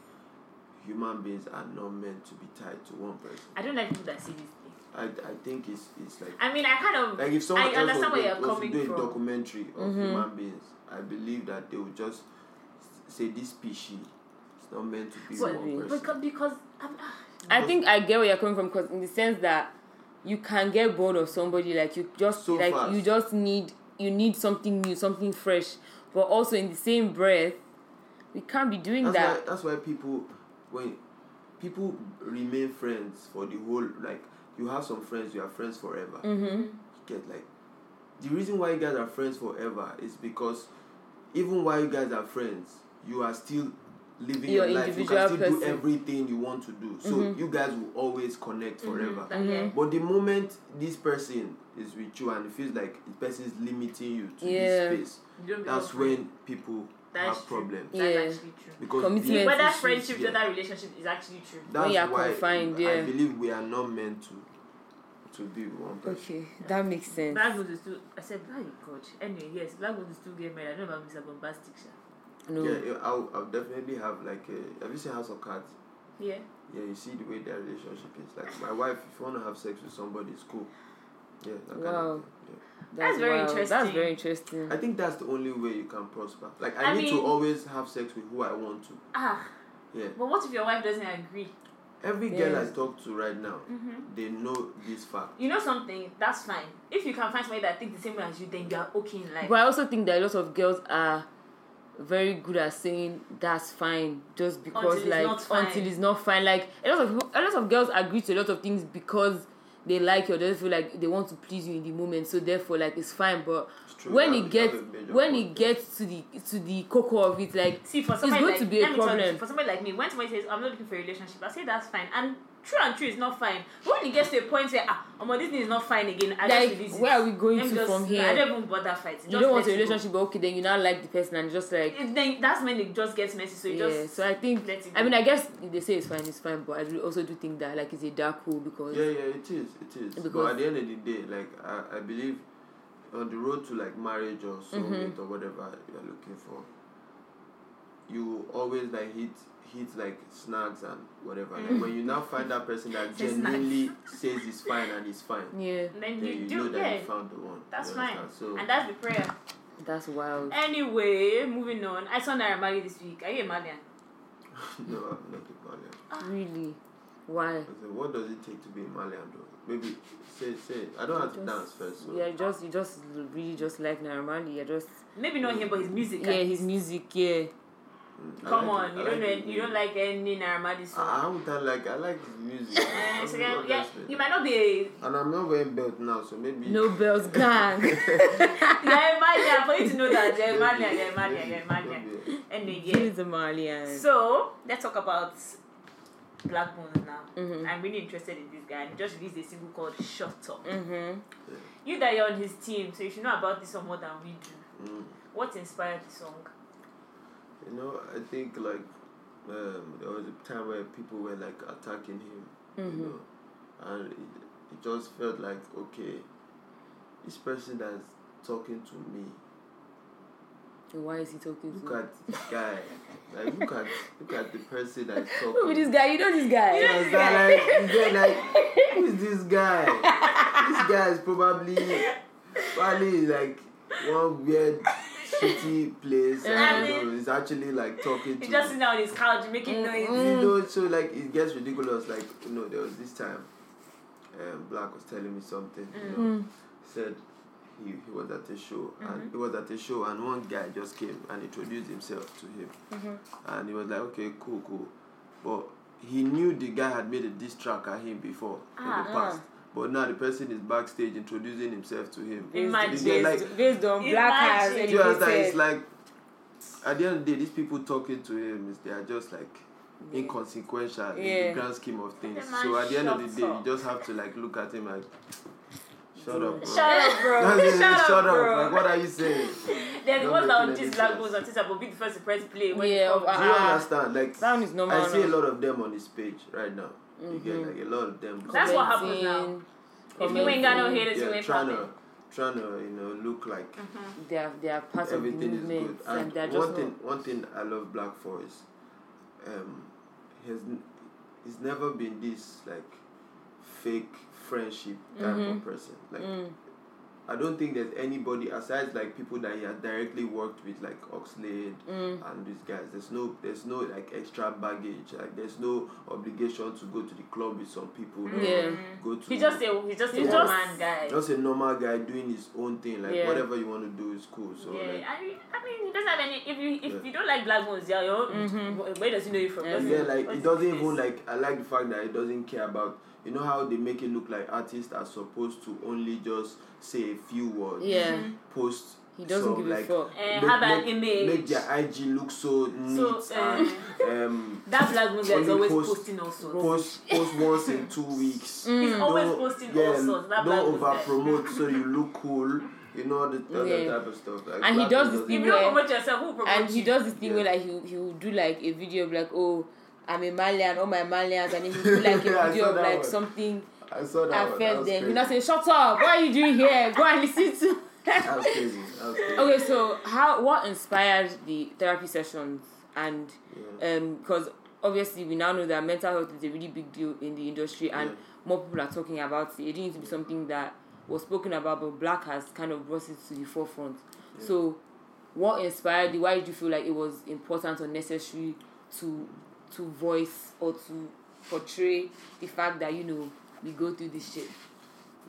[SPEAKER 3] human beings are not meant to be tied to one person.
[SPEAKER 2] I don't like people that see this thing.
[SPEAKER 3] I, I think it's it's like
[SPEAKER 2] I mean, I kind of
[SPEAKER 3] like if
[SPEAKER 2] I
[SPEAKER 3] someone else was,
[SPEAKER 2] understand where
[SPEAKER 3] do-
[SPEAKER 2] you're
[SPEAKER 3] was to
[SPEAKER 2] coming
[SPEAKER 3] do a
[SPEAKER 2] from.
[SPEAKER 3] documentary of
[SPEAKER 1] Mhm.
[SPEAKER 3] human beings, I believe that they would just s- say this species is not meant to be
[SPEAKER 2] Well,
[SPEAKER 3] one person.
[SPEAKER 2] because because I'm,
[SPEAKER 1] I think I get where you're coming from because in the sense that you can get bored of somebody like you just
[SPEAKER 3] So
[SPEAKER 1] like
[SPEAKER 3] fast.
[SPEAKER 1] you just need you need something new, something fresh, but also in the same breath, we can't be doing
[SPEAKER 3] that's
[SPEAKER 1] that.
[SPEAKER 3] why that's why people when people remain friends for the whole like you have some friends you are friends forever
[SPEAKER 1] Mm-hmm.
[SPEAKER 3] you get like the reason why you guys are friends forever is because even while you guys are friends you are still living
[SPEAKER 1] You're
[SPEAKER 3] your, life you
[SPEAKER 1] individual
[SPEAKER 3] can still do
[SPEAKER 1] person.
[SPEAKER 3] everything you want to do so
[SPEAKER 1] Mhm.
[SPEAKER 3] you guys will always connect forever
[SPEAKER 1] Mm-hmm.
[SPEAKER 2] Mhm. Yeah.
[SPEAKER 3] but the moment this person is with you and it feels like the person is limiting you to
[SPEAKER 1] Yeah.
[SPEAKER 3] this space
[SPEAKER 2] You don't
[SPEAKER 3] that's
[SPEAKER 2] become
[SPEAKER 3] when people
[SPEAKER 2] That's
[SPEAKER 3] have
[SPEAKER 2] true.
[SPEAKER 3] problems
[SPEAKER 2] friends. That's
[SPEAKER 1] Yeah.
[SPEAKER 2] actually true.
[SPEAKER 3] because
[SPEAKER 1] Commitment
[SPEAKER 3] the-
[SPEAKER 1] Yeah,
[SPEAKER 2] Whether
[SPEAKER 1] it's true.
[SPEAKER 2] friendship,
[SPEAKER 3] Yeah.
[SPEAKER 2] whether relationship is actually true.
[SPEAKER 3] That's
[SPEAKER 1] you are
[SPEAKER 3] why
[SPEAKER 1] confined,
[SPEAKER 3] I
[SPEAKER 1] yeah.
[SPEAKER 3] believe we are not meant to to be with one person.
[SPEAKER 1] Okay, that makes sense.
[SPEAKER 2] Black Gold is still. I said, my God. Anyway, yes, Black Gold is still gay married. I don't know about Mr. Bombastic. Sha.
[SPEAKER 1] No,
[SPEAKER 3] Yeah, yeah, I'll, I'll definitely have like a. Have you seen House of Cards?
[SPEAKER 2] Yeah.
[SPEAKER 3] Yeah, you see the way their relationship is. Like my wife, if you want to have sex with somebody, it's cool. Yeah, that kind
[SPEAKER 1] Wow.
[SPEAKER 3] of thing.
[SPEAKER 2] That's very
[SPEAKER 1] wild. That's
[SPEAKER 2] interesting.
[SPEAKER 1] very
[SPEAKER 3] Yeah. I
[SPEAKER 1] interesting.
[SPEAKER 3] think that's the only way you can prosper. Like I,
[SPEAKER 2] I
[SPEAKER 3] need
[SPEAKER 2] mean-
[SPEAKER 3] to always have sex with who I want to.
[SPEAKER 2] Ah,
[SPEAKER 3] Yeah.
[SPEAKER 2] but what if your wife doesn't agree?
[SPEAKER 3] Every
[SPEAKER 1] Yeah.
[SPEAKER 3] girl I talk to right now,
[SPEAKER 2] Mm-hmm.
[SPEAKER 3] they know this fact.
[SPEAKER 2] You know something? That's fine. If you can find somebody that thinks the same way as you, then you are okay in life.
[SPEAKER 1] But I also think that a lot of girls are very good at saying that's fine just because
[SPEAKER 2] Until it's
[SPEAKER 1] like
[SPEAKER 2] not fine.
[SPEAKER 1] until it's not fine. Like a lot of people- a lot of girls agree to a lot of things because they like you or they feel like they want to please you in the moment. So therefore like it's fine. But
[SPEAKER 3] It's true.
[SPEAKER 1] when
[SPEAKER 3] You
[SPEAKER 1] it
[SPEAKER 3] have- you have
[SPEAKER 1] gets
[SPEAKER 3] a major
[SPEAKER 1] when
[SPEAKER 3] problem.
[SPEAKER 1] it gets to the to the cocoa of it, like
[SPEAKER 2] See, for
[SPEAKER 1] It's
[SPEAKER 2] somebody
[SPEAKER 1] going
[SPEAKER 2] like,
[SPEAKER 1] to be a
[SPEAKER 2] let me tell you,
[SPEAKER 1] problem.
[SPEAKER 2] for somebody like me, when somebody says I'm not looking for a relationship, I say that's fine. And true and true is not fine. But when it gets to a point where ah, oh this thing is not fine again, I
[SPEAKER 1] like
[SPEAKER 2] just release
[SPEAKER 1] where are we
[SPEAKER 2] it.
[SPEAKER 1] going
[SPEAKER 2] Let me
[SPEAKER 1] to
[SPEAKER 2] just-
[SPEAKER 1] from here?
[SPEAKER 2] I don't even bother fighting.
[SPEAKER 1] you
[SPEAKER 2] Just
[SPEAKER 1] don't want a
[SPEAKER 2] let it go.
[SPEAKER 1] relationship, but okay, then you now like the person and just like
[SPEAKER 2] It- Then that's when it just gets messy. So you
[SPEAKER 1] yeah,
[SPEAKER 2] just
[SPEAKER 1] so I think
[SPEAKER 2] let it
[SPEAKER 1] I
[SPEAKER 2] go.
[SPEAKER 1] mean I guess they say it's fine, it's fine, but I do- also do think that like it's a dark hole because
[SPEAKER 3] Yeah, yeah, it is, it is.
[SPEAKER 1] Because-
[SPEAKER 3] but at the end of the day, like I, I believe on the road to like marriage or soulmate or whatever you're looking for, you always like hit hit like snags and whatever. Like when you now find that person that
[SPEAKER 2] Say snags.
[SPEAKER 3] genuinely says it's fine and it's fine,
[SPEAKER 1] <laughs> yeah,
[SPEAKER 2] And then
[SPEAKER 3] then
[SPEAKER 2] you,
[SPEAKER 3] you
[SPEAKER 2] do
[SPEAKER 3] know that
[SPEAKER 2] yeah.
[SPEAKER 3] you found the one.
[SPEAKER 2] That's
[SPEAKER 3] you
[SPEAKER 2] fine.
[SPEAKER 3] understand? So
[SPEAKER 2] And that's the prayer.
[SPEAKER 1] that's wild.
[SPEAKER 2] Anyway, moving on. I saw Naira Marley this week. Are you a Malian?
[SPEAKER 3] <laughs> no, I'm not a Malian.
[SPEAKER 1] Really? Why?
[SPEAKER 3] I said, what does it take to be a Malian though? Maybe say say I don't have to
[SPEAKER 1] Just-
[SPEAKER 3] dance first. So.
[SPEAKER 1] Yeah, you just you just really just like Naramali. You just
[SPEAKER 2] Maybe not him, but his music.
[SPEAKER 1] yeah,
[SPEAKER 2] at
[SPEAKER 1] his
[SPEAKER 2] least.
[SPEAKER 1] music. Yeah,
[SPEAKER 3] Mm, I
[SPEAKER 2] Come on,
[SPEAKER 3] like it,
[SPEAKER 2] you
[SPEAKER 3] I
[SPEAKER 2] don't know,
[SPEAKER 3] it.
[SPEAKER 2] any- you don't like any Naira Marley song.
[SPEAKER 3] I, I would tell like I like his music.
[SPEAKER 2] Eh,
[SPEAKER 3] I'm
[SPEAKER 2] so <laughs>
[SPEAKER 3] not
[SPEAKER 2] yeah, yeah,
[SPEAKER 3] desperate.
[SPEAKER 2] you might not be a
[SPEAKER 3] And I'm not wearing belt now, so maybe
[SPEAKER 1] no
[SPEAKER 3] <laughs>
[SPEAKER 1] bells <laughs> gang.
[SPEAKER 2] yeah, Malian. For you to know that yeah,
[SPEAKER 3] maybe-
[SPEAKER 2] Malian, yeah, Malian,
[SPEAKER 3] <laughs> maybe-
[SPEAKER 2] yeah, Malian.
[SPEAKER 3] maybe.
[SPEAKER 2] Anyway, yeah.
[SPEAKER 1] He's a Malian.
[SPEAKER 2] So let's talk about Black Bones now.
[SPEAKER 1] Mhm.
[SPEAKER 2] I'm really interested in this guy. He just released a single called "Shut Up."
[SPEAKER 1] Mm-hmm.
[SPEAKER 2] You that you're on his team, so you should know about this song more than we do.
[SPEAKER 3] Mm.
[SPEAKER 2] What inspired the song?
[SPEAKER 3] You know, I think like um, there was a time where people were like attacking him, you
[SPEAKER 1] Mm-hmm.
[SPEAKER 3] know, and it, it just felt like okay, this person that's talking to me,
[SPEAKER 1] Why is he talking
[SPEAKER 3] look
[SPEAKER 1] to me?
[SPEAKER 3] at this guy, like look at look at the
[SPEAKER 1] <laughs>
[SPEAKER 3] person that's
[SPEAKER 1] Who be
[SPEAKER 3] talking.
[SPEAKER 1] this guy? You know this guy.
[SPEAKER 2] You
[SPEAKER 3] Yeah,
[SPEAKER 2] know
[SPEAKER 3] it's like, you get like, who is this guy? this guy is probably, probably is like one weird, shitty place.
[SPEAKER 2] Yeah.
[SPEAKER 3] And you know, it's actually like talking to
[SPEAKER 2] He's just sitting on his couch making
[SPEAKER 1] Mm,
[SPEAKER 2] noise.
[SPEAKER 1] mm.
[SPEAKER 3] you know, so like it gets ridiculous. Like, you know, there was this time, um, Black was telling me something, you know,
[SPEAKER 1] Mm.
[SPEAKER 3] said he, he was at a show and he was at a show and one guy just came and introduced himself to him and he was like okay cool cool but he knew the guy had made a diss track at him before in
[SPEAKER 2] Ah.
[SPEAKER 3] the past but now the person is backstage introducing himself to him
[SPEAKER 2] Imagine.
[SPEAKER 3] Yeah, like-
[SPEAKER 1] Based, based on
[SPEAKER 2] Imagine.
[SPEAKER 1] black eyes
[SPEAKER 2] Do
[SPEAKER 3] Do you understand?
[SPEAKER 1] educated.
[SPEAKER 3] it's like at the end of the day these people talking to him is they are just like inconsequential
[SPEAKER 1] Yeah.
[SPEAKER 3] in the grand scheme of things.
[SPEAKER 4] The man
[SPEAKER 3] So at the end of the
[SPEAKER 4] shuts
[SPEAKER 3] day,
[SPEAKER 4] up.
[SPEAKER 3] you just have to like look at him like, shut up, bro.
[SPEAKER 4] Shut up, bro.
[SPEAKER 3] That's it,
[SPEAKER 4] Shut up, bro.
[SPEAKER 3] Like, what are you saying? Do
[SPEAKER 2] There's
[SPEAKER 3] Don't
[SPEAKER 2] one
[SPEAKER 3] make
[SPEAKER 2] that
[SPEAKER 3] it
[SPEAKER 2] on this
[SPEAKER 3] any
[SPEAKER 2] black
[SPEAKER 3] sense.
[SPEAKER 2] goes on Twitter will be the first to press play. When
[SPEAKER 1] Yeah,
[SPEAKER 2] yeah,
[SPEAKER 1] of-
[SPEAKER 3] you
[SPEAKER 1] Ah.
[SPEAKER 3] understand? Like,
[SPEAKER 1] That one is normal.
[SPEAKER 3] I see a
[SPEAKER 1] now.
[SPEAKER 3] lot of them on his page right now. You get like a lot of them.
[SPEAKER 2] That's what happens now.
[SPEAKER 1] Commenting,
[SPEAKER 2] if you ain't got no haters, you
[SPEAKER 3] yeah,
[SPEAKER 2] ain't
[SPEAKER 3] trying
[SPEAKER 2] popping.
[SPEAKER 3] to, trying to, you know, look like
[SPEAKER 1] They are, they are part of the
[SPEAKER 3] everything is good.
[SPEAKER 1] movement and,
[SPEAKER 3] And
[SPEAKER 1] they are just
[SPEAKER 3] one
[SPEAKER 1] not.
[SPEAKER 3] thing, one thing I love Black for is, um, he has, n- he's never been this like fake friendship type of person. Like,
[SPEAKER 1] Mm,
[SPEAKER 3] I don't think there's anybody aside like people that he has directly worked with, like Oxlade
[SPEAKER 1] mm.
[SPEAKER 3] and these guys. There's no, there's no like extra baggage. Like, there's no obligation to go to the club with some people. or
[SPEAKER 1] Yeah.
[SPEAKER 3] Go to
[SPEAKER 2] He just a he just a
[SPEAKER 3] He
[SPEAKER 2] one
[SPEAKER 3] just-
[SPEAKER 2] man guy.
[SPEAKER 3] just a normal guy doing his own thing. Like
[SPEAKER 1] Yeah.
[SPEAKER 3] whatever you want to do is cool. So like,
[SPEAKER 2] Yeah, I mean, I mean, he doesn't have any. If you if
[SPEAKER 3] Yeah.
[SPEAKER 2] you don't like black ones, yeah, you're, where does he know you from?
[SPEAKER 1] Mm-hmm. Yeah.
[SPEAKER 2] Doesn't-
[SPEAKER 3] Yeah, like it
[SPEAKER 2] what's
[SPEAKER 3] doesn't
[SPEAKER 2] this?
[SPEAKER 3] even like I like the fact that it doesn't care about you know how they make it look like artists are supposed to only just say a few words.
[SPEAKER 1] Yeah.
[SPEAKER 3] Post
[SPEAKER 1] He doesn't
[SPEAKER 3] some,
[SPEAKER 1] give a
[SPEAKER 3] like,
[SPEAKER 1] fuck.
[SPEAKER 2] Mm-hmm. Eh, have an image.
[SPEAKER 3] Make their IG look so neat
[SPEAKER 2] So,
[SPEAKER 1] uh,
[SPEAKER 2] eh,
[SPEAKER 3] and
[SPEAKER 1] <laughs>
[SPEAKER 3] um
[SPEAKER 2] That black one guy is
[SPEAKER 3] Only
[SPEAKER 2] always
[SPEAKER 3] post-
[SPEAKER 2] posting also.
[SPEAKER 3] post post once in two
[SPEAKER 1] Mm.
[SPEAKER 3] weeks.
[SPEAKER 2] He's always
[SPEAKER 3] Don't-
[SPEAKER 2] posting
[SPEAKER 3] yeah,
[SPEAKER 2] all sorts. That black
[SPEAKER 3] don't
[SPEAKER 2] one
[SPEAKER 3] over
[SPEAKER 2] guy.
[SPEAKER 3] promote so you look cool. You know the that,
[SPEAKER 1] <laughs> Yeah.
[SPEAKER 3] type of stuff. Like,
[SPEAKER 1] And he does this
[SPEAKER 3] Black Lives doesn't-
[SPEAKER 1] thing
[SPEAKER 2] If you
[SPEAKER 1] Yeah.
[SPEAKER 2] don't promote yourself, who will promote
[SPEAKER 1] and he
[SPEAKER 2] you?
[SPEAKER 1] does this thing
[SPEAKER 3] Yeah.
[SPEAKER 1] where like he he will do like a video of like oh I'm a Malian, all my Malians, and he will do like
[SPEAKER 3] <laughs> Yeah, I
[SPEAKER 1] a video
[SPEAKER 3] saw
[SPEAKER 1] of
[SPEAKER 3] that
[SPEAKER 1] like
[SPEAKER 3] one.
[SPEAKER 1] something
[SPEAKER 3] I saw that.
[SPEAKER 1] I
[SPEAKER 3] one. That
[SPEAKER 1] felt
[SPEAKER 3] was
[SPEAKER 1] them. You
[SPEAKER 3] crazy.
[SPEAKER 1] know, say shut up. What are you doing here? Go and listen to. <laughs>
[SPEAKER 3] That was crazy. That was crazy.
[SPEAKER 1] okay, so how what inspired the therapy sessions and um because obviously we now know that mental health is a really big deal in the industry and
[SPEAKER 3] Yeah.
[SPEAKER 1] more people are talking about it. It didn't need to be something that was spoken about, but Black has kind of brought it to the forefront. So, what inspired you? Why did you feel like it was important or necessary to to voice or to portray the fact that you know we go through this shit?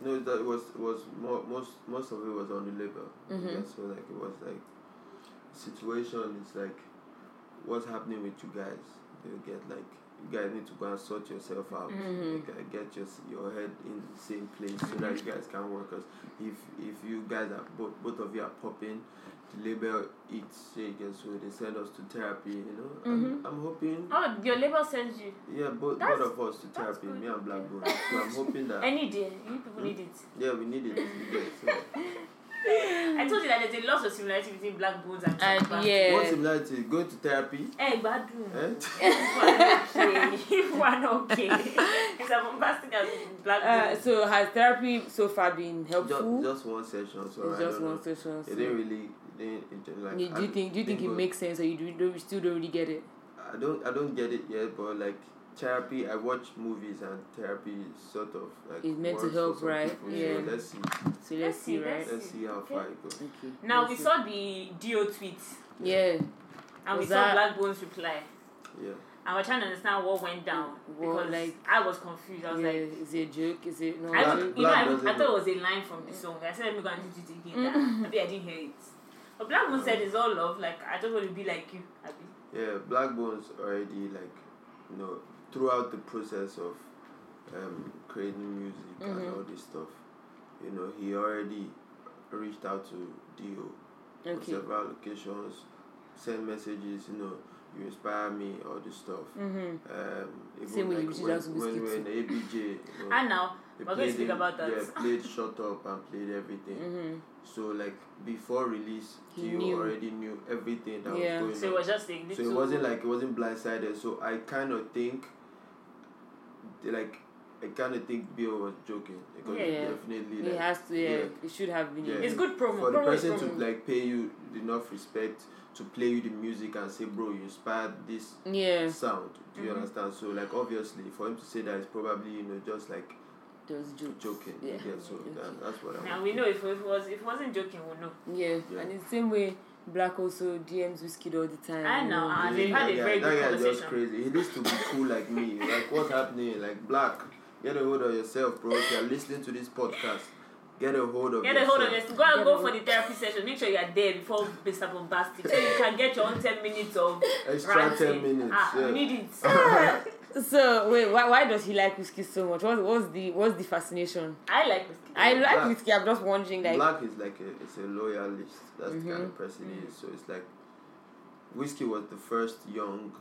[SPEAKER 3] No, that was was mo- most most of it was on the label.
[SPEAKER 2] Mm-hmm.
[SPEAKER 3] Yeah, so like it was like situation is like what's happening with you guys. You get like you guys need to go and sort yourself out.
[SPEAKER 2] Mm-hmm.
[SPEAKER 3] Like, get your your head in the same place so that you guys can work. Cause if if you guys are both both of you are popping, the label eats shaken. So they send us to therapy. You know, I'm, I'm hoping
[SPEAKER 2] Oh, your label sends you
[SPEAKER 3] yeah both
[SPEAKER 2] That's-
[SPEAKER 3] both of us to therapy.
[SPEAKER 2] good.
[SPEAKER 3] Me and Black Gold. So I'm hoping that
[SPEAKER 2] any day. You people need it.
[SPEAKER 3] yeah we need it. We get it. So-
[SPEAKER 2] I told you that there's a lot of similarity between black bones and
[SPEAKER 1] And
[SPEAKER 2] Chimpa.
[SPEAKER 1] yeah,
[SPEAKER 3] What's similarity? Go to therapy.
[SPEAKER 2] Eh, gbadun.
[SPEAKER 3] Eh?
[SPEAKER 2] If one okay, <laughs> it's a bombastic as black
[SPEAKER 1] Uh,
[SPEAKER 2] bones.
[SPEAKER 1] so has therapy so far been helpful?
[SPEAKER 3] just, just one session. So
[SPEAKER 1] it's
[SPEAKER 3] I
[SPEAKER 1] just
[SPEAKER 3] don't
[SPEAKER 1] one
[SPEAKER 3] know.
[SPEAKER 1] session.
[SPEAKER 3] It didn't really. It didn't, it didn't like.
[SPEAKER 1] You- do you
[SPEAKER 3] I
[SPEAKER 1] think do you think it
[SPEAKER 3] didn't go-
[SPEAKER 1] makes sense or you do, do still don't really get it?
[SPEAKER 3] I don't. I don't get it yet. But like therapy, I watch movies and therapy sort of like.
[SPEAKER 1] It's meant to
[SPEAKER 3] works for
[SPEAKER 1] help,
[SPEAKER 3] some
[SPEAKER 1] right?
[SPEAKER 3] people.
[SPEAKER 1] Yeah.
[SPEAKER 3] So let's see.
[SPEAKER 1] So
[SPEAKER 2] Let's
[SPEAKER 1] let's see,
[SPEAKER 2] see,
[SPEAKER 1] right?
[SPEAKER 2] let's-
[SPEAKER 3] Let's see how far it goes.
[SPEAKER 1] Okay.
[SPEAKER 2] Now
[SPEAKER 1] let's
[SPEAKER 2] we
[SPEAKER 1] see.
[SPEAKER 2] saw the Dio tweet
[SPEAKER 1] Yeah.
[SPEAKER 2] and we
[SPEAKER 1] Was
[SPEAKER 2] saw
[SPEAKER 1] that-
[SPEAKER 2] Black Bones reply.
[SPEAKER 3] Yeah.
[SPEAKER 2] And we're trying to understand what went down
[SPEAKER 1] What,
[SPEAKER 2] because
[SPEAKER 1] like-
[SPEAKER 2] I was confused. I was
[SPEAKER 1] yeah.
[SPEAKER 2] like,
[SPEAKER 1] is it a joke? Is it no?
[SPEAKER 2] I,
[SPEAKER 3] Black-
[SPEAKER 2] don't- you
[SPEAKER 3] Black
[SPEAKER 2] know, I, I
[SPEAKER 3] doesn't
[SPEAKER 2] thought it was a line from the song. I said, let me go and do it again. Maybe I didn't hear it. But Black Moon said, it's all love. Like, I don't want to be like you. Abi.
[SPEAKER 3] Yeah. Black Bones already like, you know, throughout the process of, um, creating music and all this stuff, you know, he already reached out to Dio. on
[SPEAKER 1] okay.
[SPEAKER 3] several locations, send messages, you know, you inspire me, all this stuff.
[SPEAKER 1] Mm-hmm.
[SPEAKER 3] Um, even
[SPEAKER 1] Same way you
[SPEAKER 3] like
[SPEAKER 1] reached
[SPEAKER 3] when,
[SPEAKER 1] out to
[SPEAKER 3] when,
[SPEAKER 1] Wizkid
[SPEAKER 3] when ABJ, you
[SPEAKER 2] <laughs>
[SPEAKER 3] know,
[SPEAKER 2] And now,
[SPEAKER 3] they
[SPEAKER 2] we're gonna
[SPEAKER 3] played
[SPEAKER 2] speak
[SPEAKER 3] him-
[SPEAKER 2] about that.
[SPEAKER 3] Yeah, played Shut Up and played everything.
[SPEAKER 1] Mm-hmm.
[SPEAKER 3] So, like, before release,
[SPEAKER 1] He
[SPEAKER 3] you
[SPEAKER 1] knew.
[SPEAKER 3] already knew everything that
[SPEAKER 1] Yeah.
[SPEAKER 2] so
[SPEAKER 3] was
[SPEAKER 2] it
[SPEAKER 3] going on.
[SPEAKER 2] was just like,
[SPEAKER 3] so, it wasn't like, it wasn't blindsided. So, I kind of think, like, I kind of think Bill was joking. Because
[SPEAKER 1] Yeah. Yeah.
[SPEAKER 3] definitely,
[SPEAKER 1] It
[SPEAKER 3] like,
[SPEAKER 1] has to. Yeah,
[SPEAKER 3] yeah.
[SPEAKER 1] It should have been.
[SPEAKER 3] Yeah.
[SPEAKER 2] It's good promo.
[SPEAKER 3] for the
[SPEAKER 2] promo is
[SPEAKER 3] person to
[SPEAKER 2] promo.
[SPEAKER 3] like pay you enough respect to play you the music and say bro you inspired this
[SPEAKER 1] Yeah.
[SPEAKER 3] sound do you understand so like obviously for him to say that is probably you know just like
[SPEAKER 1] There was joke.
[SPEAKER 3] joking
[SPEAKER 1] Yeah.
[SPEAKER 3] yeah, so um, that, that's what i
[SPEAKER 2] Now
[SPEAKER 3] want
[SPEAKER 2] we know if it was if it wasn't joking, we'll know.
[SPEAKER 1] Yeah.
[SPEAKER 3] Yeah.
[SPEAKER 1] And in the same way, Black also DMs Whiskey all the time.
[SPEAKER 2] I
[SPEAKER 1] you
[SPEAKER 2] know,
[SPEAKER 1] know.
[SPEAKER 2] and they had a
[SPEAKER 3] that
[SPEAKER 2] very
[SPEAKER 3] guy,
[SPEAKER 2] good
[SPEAKER 3] that guy is just
[SPEAKER 2] conversation.
[SPEAKER 3] crazy he needs to be cool like me like what's happening like black get a hold of yourself bro if you're listening to this podcast get a hold of
[SPEAKER 2] Get a
[SPEAKER 3] yourself
[SPEAKER 2] hold of this. Go and
[SPEAKER 1] Get
[SPEAKER 2] go
[SPEAKER 1] a-
[SPEAKER 2] for the therapy session. Make sure you are there before Mr. Bombastic, so you can get your own ten minutes of
[SPEAKER 3] Extra 10 minutes,
[SPEAKER 2] Ah,
[SPEAKER 3] yeah.
[SPEAKER 2] we need it.
[SPEAKER 3] <laughs>
[SPEAKER 2] <laughs>
[SPEAKER 1] So wait, why, why does he like whiskey so much? What, what's the what's the fascination?
[SPEAKER 2] I like whiskey.
[SPEAKER 1] I like
[SPEAKER 3] Black.
[SPEAKER 1] whiskey. I'm just wondering, like,
[SPEAKER 3] Black is like a it's a loyalist.
[SPEAKER 2] Mm-hmm. Mm.
[SPEAKER 3] That's the kind of person he is. So it's like Whiskey was the first young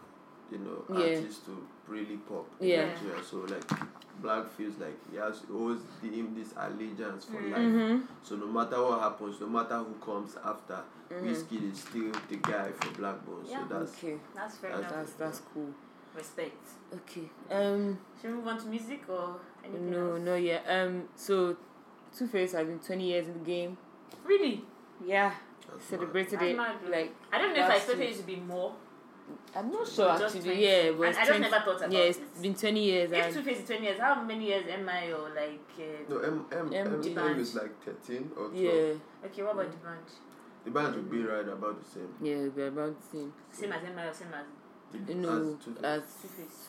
[SPEAKER 3] you know
[SPEAKER 1] Yeah.
[SPEAKER 3] artists to really pop in
[SPEAKER 1] Yeah.
[SPEAKER 3] Nigeria. So like Black feels like he has he owes him this allegiance for
[SPEAKER 2] Mm-hmm.
[SPEAKER 3] life.
[SPEAKER 1] mm-hmm,
[SPEAKER 3] So no matter what happens, no matter who comes after, Whiskey is still the guy for Black Bones.
[SPEAKER 2] Mm-hmm. Yeah.
[SPEAKER 3] So that's
[SPEAKER 1] mm-hmm. Okay,
[SPEAKER 2] That's fair
[SPEAKER 3] That's-
[SPEAKER 2] enough.
[SPEAKER 1] that's that's cool.
[SPEAKER 2] Respect.
[SPEAKER 1] Okay. Um.
[SPEAKER 2] Should we move on to music or anything
[SPEAKER 1] No,
[SPEAKER 2] else?
[SPEAKER 1] no, yeah. Um. So, Two Face has been twenty years in the game.
[SPEAKER 2] Really?
[SPEAKER 1] Yeah.
[SPEAKER 3] that's
[SPEAKER 1] Celebrated
[SPEAKER 2] That's
[SPEAKER 1] it
[SPEAKER 2] mad, though.
[SPEAKER 1] like
[SPEAKER 2] I don't know if I
[SPEAKER 1] Last
[SPEAKER 2] expected
[SPEAKER 1] week.
[SPEAKER 2] it to be more.
[SPEAKER 1] I'm not sure
[SPEAKER 2] Just
[SPEAKER 1] actually.
[SPEAKER 2] 20.
[SPEAKER 1] Yeah, but
[SPEAKER 2] And
[SPEAKER 1] it's
[SPEAKER 2] I just
[SPEAKER 1] 20
[SPEAKER 2] never thought about
[SPEAKER 1] Yeah, it's
[SPEAKER 2] it.
[SPEAKER 1] been twenty years.
[SPEAKER 2] If
[SPEAKER 1] And,
[SPEAKER 2] Two Face is 20 years, how many years am I or like. Uh,
[SPEAKER 3] No, M M M,
[SPEAKER 1] MD.
[SPEAKER 3] M is like thirteen or twelve.
[SPEAKER 1] yeah,
[SPEAKER 2] Okay, what about
[SPEAKER 1] Mm.
[SPEAKER 2] the band?
[SPEAKER 3] The band will be right about the same.
[SPEAKER 1] yeah, we're about the same.
[SPEAKER 2] Same as MI or same as.
[SPEAKER 3] The,
[SPEAKER 1] You know,
[SPEAKER 3] as
[SPEAKER 1] as
[SPEAKER 3] Tuface.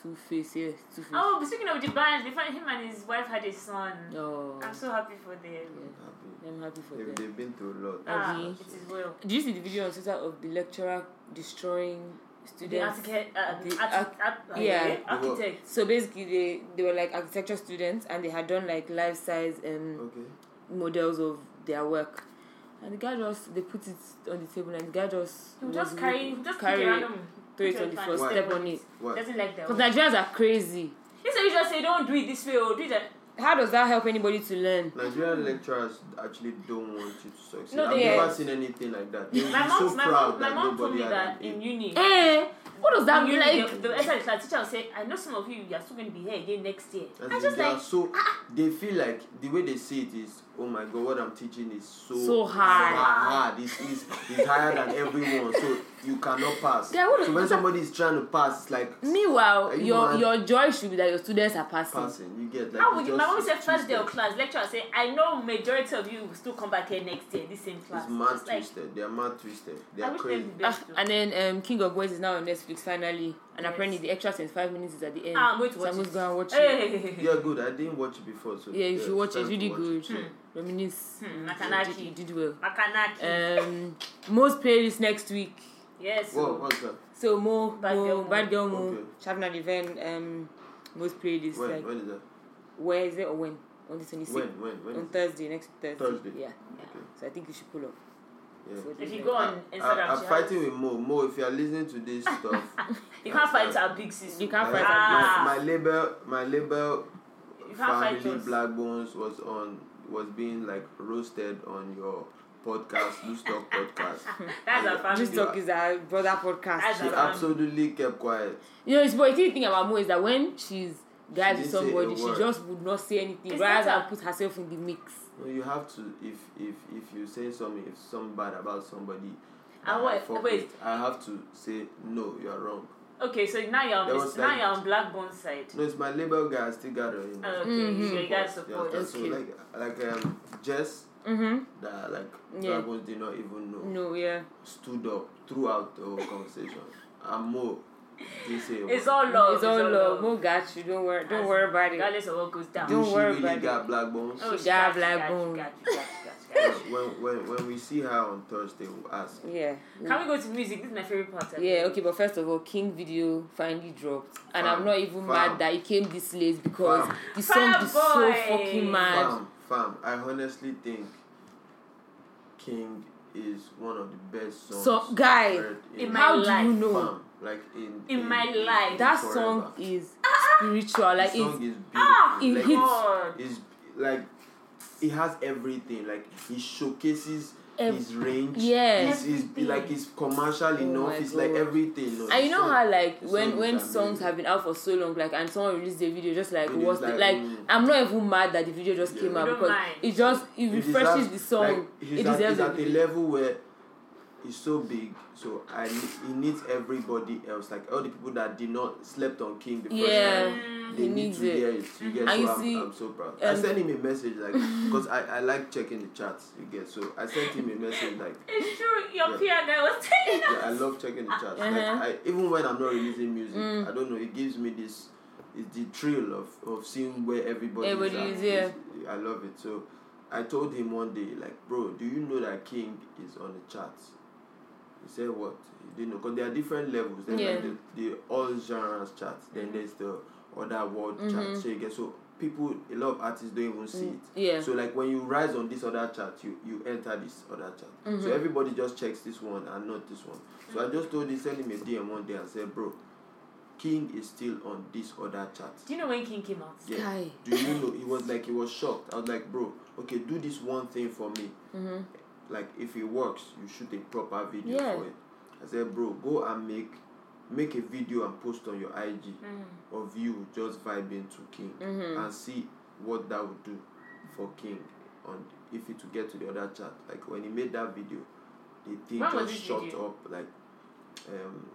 [SPEAKER 2] Two-Face.
[SPEAKER 1] Two Face, yeah, Two Face.
[SPEAKER 2] Oh, but speaking of the band, they found him and his wife had a son.
[SPEAKER 1] Oh,
[SPEAKER 2] I'm so happy for them.
[SPEAKER 1] Yeah.
[SPEAKER 3] Happy.
[SPEAKER 1] I'm happy for
[SPEAKER 3] They've,
[SPEAKER 1] them.
[SPEAKER 3] they've been through a lot.
[SPEAKER 2] Ah,
[SPEAKER 1] Abi.
[SPEAKER 2] it is well.
[SPEAKER 1] Do you see the video on Twitter of the lecturer destroying
[SPEAKER 2] The
[SPEAKER 1] students?
[SPEAKER 2] architect, uh,
[SPEAKER 1] the
[SPEAKER 2] the archi- uh,
[SPEAKER 1] yeah.
[SPEAKER 2] architect.
[SPEAKER 1] so basically, they they were like architecture students, and they had done like life size um
[SPEAKER 3] Okay.
[SPEAKER 1] models of their work. And the guy just they put it on the table and the guy just
[SPEAKER 2] He
[SPEAKER 1] was
[SPEAKER 2] would
[SPEAKER 3] Mm-hmm.
[SPEAKER 2] just carry, he
[SPEAKER 1] looking-
[SPEAKER 2] would just
[SPEAKER 1] carry
[SPEAKER 2] carry random.
[SPEAKER 1] throw it
[SPEAKER 2] put
[SPEAKER 1] on the
[SPEAKER 2] your
[SPEAKER 1] floor,
[SPEAKER 2] hand,
[SPEAKER 1] step on it.
[SPEAKER 3] What?
[SPEAKER 2] Doesn't like that.
[SPEAKER 1] Because
[SPEAKER 2] one.
[SPEAKER 1] Nigerians are crazy.
[SPEAKER 2] This is just say don't do it this way or do it that.
[SPEAKER 1] How does that help anybody to learn?
[SPEAKER 3] Nigerian lecturers actually don't want you to succeed.
[SPEAKER 1] No,
[SPEAKER 3] I've
[SPEAKER 1] they-
[SPEAKER 3] never seen anything like that. They
[SPEAKER 2] My
[SPEAKER 3] were
[SPEAKER 2] mom,
[SPEAKER 3] so
[SPEAKER 2] my
[SPEAKER 3] proud
[SPEAKER 2] mom, my
[SPEAKER 3] that
[SPEAKER 2] mom told
[SPEAKER 3] nobody
[SPEAKER 2] me
[SPEAKER 3] had
[SPEAKER 2] that
[SPEAKER 3] an
[SPEAKER 2] in
[SPEAKER 3] A.
[SPEAKER 2] uni.
[SPEAKER 1] Eh, what does that
[SPEAKER 2] in
[SPEAKER 1] mean?
[SPEAKER 2] uni,
[SPEAKER 1] Like,
[SPEAKER 2] the, the essay class teacher will say, I know some of you, you are still going to be here again next year.
[SPEAKER 3] As
[SPEAKER 2] I
[SPEAKER 3] in,
[SPEAKER 2] just
[SPEAKER 3] they are
[SPEAKER 2] like, ah,
[SPEAKER 3] so they feel like the way they see it is, oh my god, what I'm teaching is so
[SPEAKER 1] So hard.
[SPEAKER 3] hard. This is is higher than everyone, so you cannot pass.
[SPEAKER 1] Yeah, what-
[SPEAKER 3] so when somebody is trying to pass, it's like
[SPEAKER 1] meanwhile,
[SPEAKER 3] Are you
[SPEAKER 1] your
[SPEAKER 3] mad?
[SPEAKER 1] your joy should be that your students are passing.
[SPEAKER 3] passing. You get like
[SPEAKER 2] how would
[SPEAKER 3] it's
[SPEAKER 2] you,
[SPEAKER 3] just,
[SPEAKER 2] my mom said
[SPEAKER 3] it's
[SPEAKER 2] first day of
[SPEAKER 3] twisted.
[SPEAKER 2] class, lecturer say, I know majority of you will still come back here next year, this same class.
[SPEAKER 3] It's mad
[SPEAKER 2] just like,
[SPEAKER 3] twisted. They are mad twisted. They
[SPEAKER 2] I
[SPEAKER 3] are
[SPEAKER 2] wish
[SPEAKER 3] crazy.
[SPEAKER 2] them the
[SPEAKER 1] Ah,
[SPEAKER 2] best. though.
[SPEAKER 1] and then um, King of Boys is now on Netflix finally, and
[SPEAKER 2] Yes.
[SPEAKER 1] apparently the extra 25 minutes is at the end.
[SPEAKER 2] Ah, I'm going to
[SPEAKER 1] so
[SPEAKER 2] watch
[SPEAKER 1] I'm going to
[SPEAKER 2] it.
[SPEAKER 1] go and watch it.
[SPEAKER 2] Hey.
[SPEAKER 3] Yeah, good. I didn't watch it before, so
[SPEAKER 1] Yeah, you should watch it. It's
[SPEAKER 3] time to
[SPEAKER 1] really
[SPEAKER 3] watch
[SPEAKER 1] good.
[SPEAKER 2] Hmm.
[SPEAKER 1] Reminisce.
[SPEAKER 2] <laughs> Hmm,
[SPEAKER 1] You did-
[SPEAKER 2] Makanaki.
[SPEAKER 1] You did well.
[SPEAKER 2] Makanaki.
[SPEAKER 1] Um, Mo's playlist next week.
[SPEAKER 2] yes. oh.
[SPEAKER 3] Whoa,
[SPEAKER 2] so-
[SPEAKER 3] what's that?
[SPEAKER 1] So Mo,
[SPEAKER 2] Bad
[SPEAKER 1] Mo,
[SPEAKER 2] Girl Mo.
[SPEAKER 1] Bad Girl Mo,
[SPEAKER 3] Okay.
[SPEAKER 1] Shavna Devine, um, Mo's playlist.
[SPEAKER 3] When?
[SPEAKER 1] like,
[SPEAKER 3] when is that?
[SPEAKER 1] where is it or when? On the 26th.
[SPEAKER 3] When? When? When?
[SPEAKER 1] On
[SPEAKER 3] Is that?
[SPEAKER 1] Thursday, next Thursday.
[SPEAKER 3] Thursday.
[SPEAKER 1] Yeah.
[SPEAKER 3] Okay.
[SPEAKER 1] So I think you should pull up.
[SPEAKER 3] Yeah.
[SPEAKER 1] So
[SPEAKER 2] If you
[SPEAKER 1] like-
[SPEAKER 2] go
[SPEAKER 3] I,
[SPEAKER 2] on Instagram,
[SPEAKER 3] I, I'm
[SPEAKER 2] she has-
[SPEAKER 3] fighting with Mo. Mo, if you are listening to this stuff,
[SPEAKER 2] You can't fight our big sis.
[SPEAKER 1] You can't
[SPEAKER 3] I-
[SPEAKER 1] fight
[SPEAKER 2] Ah.
[SPEAKER 3] my, my label, my label,
[SPEAKER 2] You can't fight
[SPEAKER 3] family
[SPEAKER 2] us.
[SPEAKER 3] Black Bones was on was being like roasted on your podcast,
[SPEAKER 2] <laughs>
[SPEAKER 3] Loose Talk podcast.
[SPEAKER 2] That's our family.
[SPEAKER 1] Just Talk is our brother podcast.
[SPEAKER 2] As
[SPEAKER 3] She
[SPEAKER 2] a-
[SPEAKER 3] absolutely kept quiet.
[SPEAKER 1] You know, it's but the thing about Mo is that when she's guys
[SPEAKER 3] She
[SPEAKER 1] with
[SPEAKER 3] didn't say
[SPEAKER 1] somebody,
[SPEAKER 3] a
[SPEAKER 1] she
[SPEAKER 3] word.
[SPEAKER 1] just would not say anything
[SPEAKER 2] It's
[SPEAKER 1] rather
[SPEAKER 2] not
[SPEAKER 1] than put herself in the mix.
[SPEAKER 3] No, you have to if if if you say something if something bad about somebody.
[SPEAKER 2] And
[SPEAKER 3] that I
[SPEAKER 2] what-
[SPEAKER 3] fuck
[SPEAKER 2] wait.
[SPEAKER 3] with, I have to say no. You are wrong.
[SPEAKER 2] Okay, so now you're on
[SPEAKER 3] There
[SPEAKER 2] this,
[SPEAKER 3] was
[SPEAKER 2] now
[SPEAKER 3] like-
[SPEAKER 2] you're on Black Bones side.
[SPEAKER 3] No, it's my label guy. I still got her. You know.
[SPEAKER 2] Okay,
[SPEAKER 1] Mm-hmm.
[SPEAKER 2] so you guys support.
[SPEAKER 3] Yeah,
[SPEAKER 2] us.
[SPEAKER 3] so
[SPEAKER 1] Okay.
[SPEAKER 3] like like um Jess
[SPEAKER 1] Mm-hmm.
[SPEAKER 3] that like
[SPEAKER 1] Yeah.
[SPEAKER 3] Dragons did not even know
[SPEAKER 1] No, yeah.
[SPEAKER 3] stood up throughout the whole conversation. And Mo didn't say a
[SPEAKER 2] Oh, It's
[SPEAKER 3] word.
[SPEAKER 2] all love.
[SPEAKER 1] it's all love. Mo got you. Don't worry. Don't
[SPEAKER 2] As-
[SPEAKER 1] worry about it.
[SPEAKER 2] Regardless of what goes down.
[SPEAKER 1] Don't
[SPEAKER 3] Did she
[SPEAKER 1] worry
[SPEAKER 3] really
[SPEAKER 1] about it.
[SPEAKER 3] got black bones.
[SPEAKER 2] Oh,
[SPEAKER 1] She
[SPEAKER 2] she
[SPEAKER 1] got
[SPEAKER 2] got you,
[SPEAKER 1] black
[SPEAKER 2] got you,
[SPEAKER 1] bone.
[SPEAKER 2] got you, got you, got you, got you.
[SPEAKER 3] When, when when we see her on Thursday, we'll ask.
[SPEAKER 1] Yeah.
[SPEAKER 2] Can we go to music? This is my favorite part. I
[SPEAKER 1] Yeah,
[SPEAKER 2] think.
[SPEAKER 1] okay, but first of all, King video finally dropped, and
[SPEAKER 3] Fam,
[SPEAKER 1] I'm not even
[SPEAKER 3] fam.
[SPEAKER 1] mad that it came this late because
[SPEAKER 3] Fam.
[SPEAKER 1] the song is so
[SPEAKER 2] Fam,
[SPEAKER 1] fucking
[SPEAKER 2] boy.
[SPEAKER 1] mad.
[SPEAKER 3] Fam, fam, I honestly think King is one of the best songs.
[SPEAKER 1] So, guy,
[SPEAKER 3] heard
[SPEAKER 2] in my
[SPEAKER 1] How do
[SPEAKER 2] life.
[SPEAKER 1] you know
[SPEAKER 3] fam, like in
[SPEAKER 2] In my life.
[SPEAKER 1] that
[SPEAKER 3] forever.
[SPEAKER 1] song is spiritual?
[SPEAKER 3] The
[SPEAKER 1] Like
[SPEAKER 3] song is
[SPEAKER 1] it's
[SPEAKER 3] beautiful.
[SPEAKER 2] Ah,
[SPEAKER 1] <laughs> it
[SPEAKER 3] like,
[SPEAKER 1] hits.
[SPEAKER 2] God.
[SPEAKER 3] is like he has everything like he showcases
[SPEAKER 1] Ev-
[SPEAKER 3] his range
[SPEAKER 1] Yeah.
[SPEAKER 3] he's, he's
[SPEAKER 2] Everything.
[SPEAKER 3] like he's commercial enough
[SPEAKER 1] my
[SPEAKER 3] it's like
[SPEAKER 1] God.
[SPEAKER 3] everything no,
[SPEAKER 1] And you know how like
[SPEAKER 3] the
[SPEAKER 1] when
[SPEAKER 3] song
[SPEAKER 1] when
[SPEAKER 3] is
[SPEAKER 1] songs
[SPEAKER 3] amazing.
[SPEAKER 1] have been out for so long, like and someone released a video, just like
[SPEAKER 3] It is
[SPEAKER 1] what's the
[SPEAKER 3] like,
[SPEAKER 1] like?
[SPEAKER 3] mm.
[SPEAKER 1] I'm not even mad that the video just
[SPEAKER 3] Yeah.
[SPEAKER 1] came
[SPEAKER 3] We
[SPEAKER 1] out
[SPEAKER 2] don't
[SPEAKER 1] because
[SPEAKER 2] mind.
[SPEAKER 1] it just it
[SPEAKER 3] He
[SPEAKER 1] refreshes
[SPEAKER 3] deserves-
[SPEAKER 1] the song. Mm,
[SPEAKER 3] like, he's
[SPEAKER 1] it
[SPEAKER 3] at,
[SPEAKER 1] deserves
[SPEAKER 3] he's at a
[SPEAKER 1] it.
[SPEAKER 3] level where he's so big so I need, he needs everybody else like all the people that did not slept on King the first
[SPEAKER 1] Yeah.
[SPEAKER 3] time
[SPEAKER 2] Mm,
[SPEAKER 3] they
[SPEAKER 1] He
[SPEAKER 3] need
[SPEAKER 1] needs
[SPEAKER 3] to
[SPEAKER 1] it.
[SPEAKER 3] hear it you get
[SPEAKER 1] And you
[SPEAKER 3] so I'm,
[SPEAKER 1] see,
[SPEAKER 3] I'm so proud I
[SPEAKER 1] um,
[SPEAKER 3] sent him a
[SPEAKER 1] <laughs>
[SPEAKER 3] message like because I, I like checking the chats you get so I sent him a message like
[SPEAKER 2] It's true. Your
[SPEAKER 3] Yeah.
[SPEAKER 2] PR guy was telling us.
[SPEAKER 3] yeah, I love checking the charts.
[SPEAKER 1] Uh-huh.
[SPEAKER 3] Like I, even when I'm not releasing music,
[SPEAKER 1] Mm.
[SPEAKER 3] I don't know. It gives me this, it's the thrill of of seeing where everybody,
[SPEAKER 1] Everybody
[SPEAKER 3] is.
[SPEAKER 1] is,
[SPEAKER 3] at.
[SPEAKER 1] yeah.
[SPEAKER 3] It's- I love it. So, I told him one day, like, bro, do you know that King is on the charts? He said, what? He didn't know because there are different levels. There's like
[SPEAKER 1] Yeah. Mm.
[SPEAKER 3] the, the all genres charts. Then there's the other world
[SPEAKER 1] Mhm.
[SPEAKER 3] charts. So you get so people, a lot of artists don't even see it.
[SPEAKER 1] Yeah.
[SPEAKER 3] So like when you rise on this other chart, you you enter this other chart.
[SPEAKER 1] Mm-hmm.
[SPEAKER 3] So everybody just checks this one and not this one. So I just told him, send him a DM one day and said, bro, King is still on this other chart.
[SPEAKER 2] Do you know when King came out?
[SPEAKER 3] Yeah.
[SPEAKER 1] Guy.
[SPEAKER 3] Do you know? He was like, he was shocked. I was like, bro, okay, do this one thing for me.
[SPEAKER 1] Mm-hmm.
[SPEAKER 3] Like, if it works, you shoot a proper video
[SPEAKER 1] Yeah.
[SPEAKER 3] for it. I said, bro, go and make make a video and post on your IG
[SPEAKER 2] Mm.
[SPEAKER 3] of you just vibing to King
[SPEAKER 1] Mhm.
[SPEAKER 3] and see what that would do for King on if it would get to the other chart. Like when he made that video, the thing
[SPEAKER 2] When was
[SPEAKER 3] just
[SPEAKER 2] this
[SPEAKER 3] shot
[SPEAKER 2] video?
[SPEAKER 3] up like um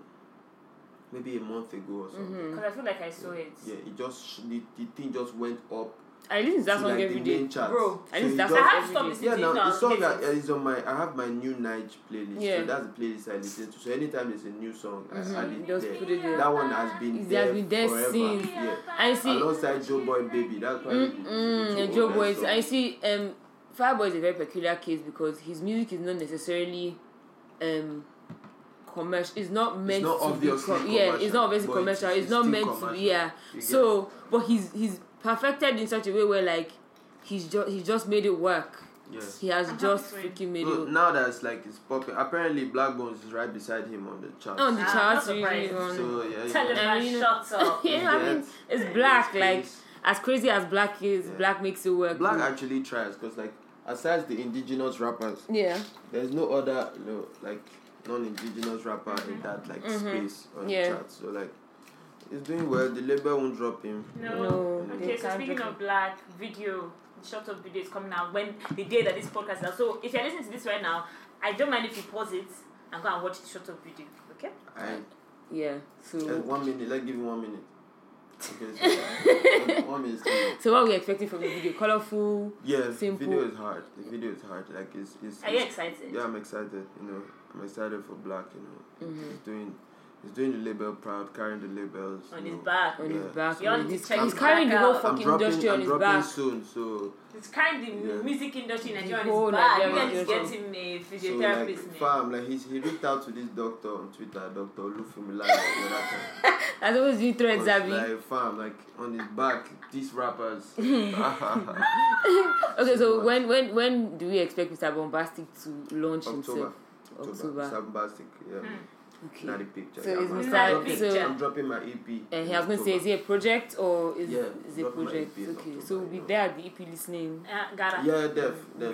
[SPEAKER 3] maybe a month ago or something.
[SPEAKER 1] Mhm.
[SPEAKER 2] Because I feel like I saw it.
[SPEAKER 1] Mm-hmm.
[SPEAKER 3] Yeah, it just sh- the, the thing just went up
[SPEAKER 1] I listen to that
[SPEAKER 3] to
[SPEAKER 1] song
[SPEAKER 3] like
[SPEAKER 1] every
[SPEAKER 3] the
[SPEAKER 1] day.
[SPEAKER 3] main chart.
[SPEAKER 2] Bro,
[SPEAKER 1] I
[SPEAKER 3] So
[SPEAKER 1] listen
[SPEAKER 3] it
[SPEAKER 1] to that
[SPEAKER 3] just-
[SPEAKER 2] I have
[SPEAKER 1] song
[SPEAKER 2] stopped
[SPEAKER 1] every day.
[SPEAKER 2] listening
[SPEAKER 3] yeah,
[SPEAKER 2] to
[SPEAKER 3] now
[SPEAKER 2] it now.
[SPEAKER 3] the song that
[SPEAKER 2] Yes.
[SPEAKER 3] is on my I have my new Nige playlist.
[SPEAKER 1] Yeah.
[SPEAKER 3] So that's the playlist I listen to. So anytime there's a new song,
[SPEAKER 1] Mhm.
[SPEAKER 3] I add it
[SPEAKER 1] Just
[SPEAKER 3] there.
[SPEAKER 1] put it there.
[SPEAKER 3] That one has been
[SPEAKER 1] It has
[SPEAKER 3] there
[SPEAKER 1] been there
[SPEAKER 3] forever.
[SPEAKER 1] since.
[SPEAKER 3] Yeah.
[SPEAKER 1] I see.
[SPEAKER 3] Alongside Joe Boy Baby, that's why we-
[SPEAKER 1] Mm,
[SPEAKER 3] we
[SPEAKER 1] and
[SPEAKER 3] do
[SPEAKER 1] Joe
[SPEAKER 3] all
[SPEAKER 1] Boy,
[SPEAKER 3] that
[SPEAKER 1] I
[SPEAKER 3] stuff.
[SPEAKER 1] see. Um, Fireboy is a very peculiar case because his music is not necessarily, um, commercial. It's not meant
[SPEAKER 3] not
[SPEAKER 1] to be.
[SPEAKER 3] obviously
[SPEAKER 1] Com- yeah, it's not
[SPEAKER 3] commercial,
[SPEAKER 1] obviously
[SPEAKER 3] but it
[SPEAKER 1] commercial.
[SPEAKER 3] is
[SPEAKER 1] It's, not
[SPEAKER 3] still
[SPEAKER 1] meant to
[SPEAKER 3] commercial.
[SPEAKER 1] be. Yeah.
[SPEAKER 3] You get
[SPEAKER 1] So, but he's he's perfected in such a way where like, he's just he just made it work.
[SPEAKER 3] Yeah.
[SPEAKER 1] He has
[SPEAKER 2] I'm happy
[SPEAKER 1] just
[SPEAKER 2] for him.
[SPEAKER 1] freaking made
[SPEAKER 3] No,
[SPEAKER 1] it.
[SPEAKER 3] now that's like it's popping. Apparently, Black Bones is right beside him on the chart.
[SPEAKER 1] On the
[SPEAKER 2] Ah,
[SPEAKER 1] charts,
[SPEAKER 2] not
[SPEAKER 1] really.
[SPEAKER 2] surprised.
[SPEAKER 1] on-
[SPEAKER 3] so yeah,
[SPEAKER 2] Tell
[SPEAKER 3] yeah.
[SPEAKER 2] him that
[SPEAKER 1] you know-
[SPEAKER 2] shut up.
[SPEAKER 1] yeah, I mean, it's black. Like as crazy as black is,
[SPEAKER 3] Yeah.
[SPEAKER 1] black makes it work.
[SPEAKER 3] Black actually tries because like aside the indigenous rappers,
[SPEAKER 1] yeah.
[SPEAKER 3] there's no other you know like non-indigenous rapper in that like space on
[SPEAKER 1] Mm-hmm. Yeah.
[SPEAKER 3] the chart. So like he's doing well. The label won't drop him.
[SPEAKER 2] No.
[SPEAKER 1] No, they
[SPEAKER 2] Okay, so
[SPEAKER 1] can't
[SPEAKER 2] speaking
[SPEAKER 1] drop
[SPEAKER 2] of black video, short up video is coming out when the day that this podcast is out. So if you're listening to this right now, I don't mind if you pause it and go and watch the short up video. Okay?
[SPEAKER 3] I
[SPEAKER 1] Yeah. So.
[SPEAKER 3] uh, one minute. Let's give him one minute. Okay, so, one minute. still.
[SPEAKER 1] So what we're expecting from the video? Colorful.
[SPEAKER 3] Yeah, the
[SPEAKER 1] Simple.
[SPEAKER 3] video is hard. The video is hard. Like it's it's.
[SPEAKER 2] Are you
[SPEAKER 3] it's-
[SPEAKER 2] excited?
[SPEAKER 3] Yeah, I'm excited. You know, I'm excited for Black. You know,
[SPEAKER 2] Mm-hmm.
[SPEAKER 3] he's doing, he's doing the label proud, carrying the labels
[SPEAKER 2] On
[SPEAKER 3] you
[SPEAKER 2] his
[SPEAKER 3] know.
[SPEAKER 2] back.
[SPEAKER 1] on his
[SPEAKER 3] Yeah.
[SPEAKER 1] back.
[SPEAKER 2] You all
[SPEAKER 1] on
[SPEAKER 2] need
[SPEAKER 1] his-
[SPEAKER 2] to check
[SPEAKER 1] he's
[SPEAKER 2] his
[SPEAKER 1] carrying the
[SPEAKER 2] back
[SPEAKER 1] whole
[SPEAKER 2] out.
[SPEAKER 3] I'm
[SPEAKER 1] fucking
[SPEAKER 3] dropping,
[SPEAKER 1] industry on
[SPEAKER 3] I'm
[SPEAKER 1] his
[SPEAKER 3] dropping
[SPEAKER 1] back.
[SPEAKER 3] soon. So,
[SPEAKER 2] It's kind of the
[SPEAKER 3] Yeah.
[SPEAKER 2] music industry in
[SPEAKER 1] The
[SPEAKER 2] Nigeria
[SPEAKER 1] whole
[SPEAKER 2] is bad. You
[SPEAKER 1] Nigerian
[SPEAKER 2] guys get
[SPEAKER 1] industry.
[SPEAKER 2] him a
[SPEAKER 3] so like,
[SPEAKER 2] physiotherapist. man.
[SPEAKER 3] fam, like he's, he reached out to this doctor on Twitter, Doctor Olufemi Like,
[SPEAKER 1] That's always been threats, Abby.
[SPEAKER 3] like, fam, like on his back, these rappers. <laughs>
[SPEAKER 1] Okay, so
[SPEAKER 3] October.
[SPEAKER 1] when when when do we expect Mr. Bombastic to launch himself?
[SPEAKER 3] October, October,
[SPEAKER 1] October.
[SPEAKER 3] Sambastic,
[SPEAKER 2] Hmm.
[SPEAKER 3] yeah.
[SPEAKER 1] Okay.
[SPEAKER 3] Not the picture.
[SPEAKER 1] So
[SPEAKER 3] yeah,
[SPEAKER 1] is
[SPEAKER 3] I'm,
[SPEAKER 2] Mr.
[SPEAKER 3] dropping-
[SPEAKER 2] Picture.
[SPEAKER 3] I'm dropping my EP.
[SPEAKER 1] And he
[SPEAKER 3] in
[SPEAKER 1] was going to say,
[SPEAKER 3] October.
[SPEAKER 1] is it a project or is
[SPEAKER 3] Yeah,
[SPEAKER 1] is it a
[SPEAKER 3] drop my
[SPEAKER 1] project?
[SPEAKER 3] EP in
[SPEAKER 1] Okay, so
[SPEAKER 3] October,
[SPEAKER 1] we'll be
[SPEAKER 3] yeah.
[SPEAKER 1] there at the EP listening.
[SPEAKER 2] Uh, Gara.
[SPEAKER 3] Yeah, def, def.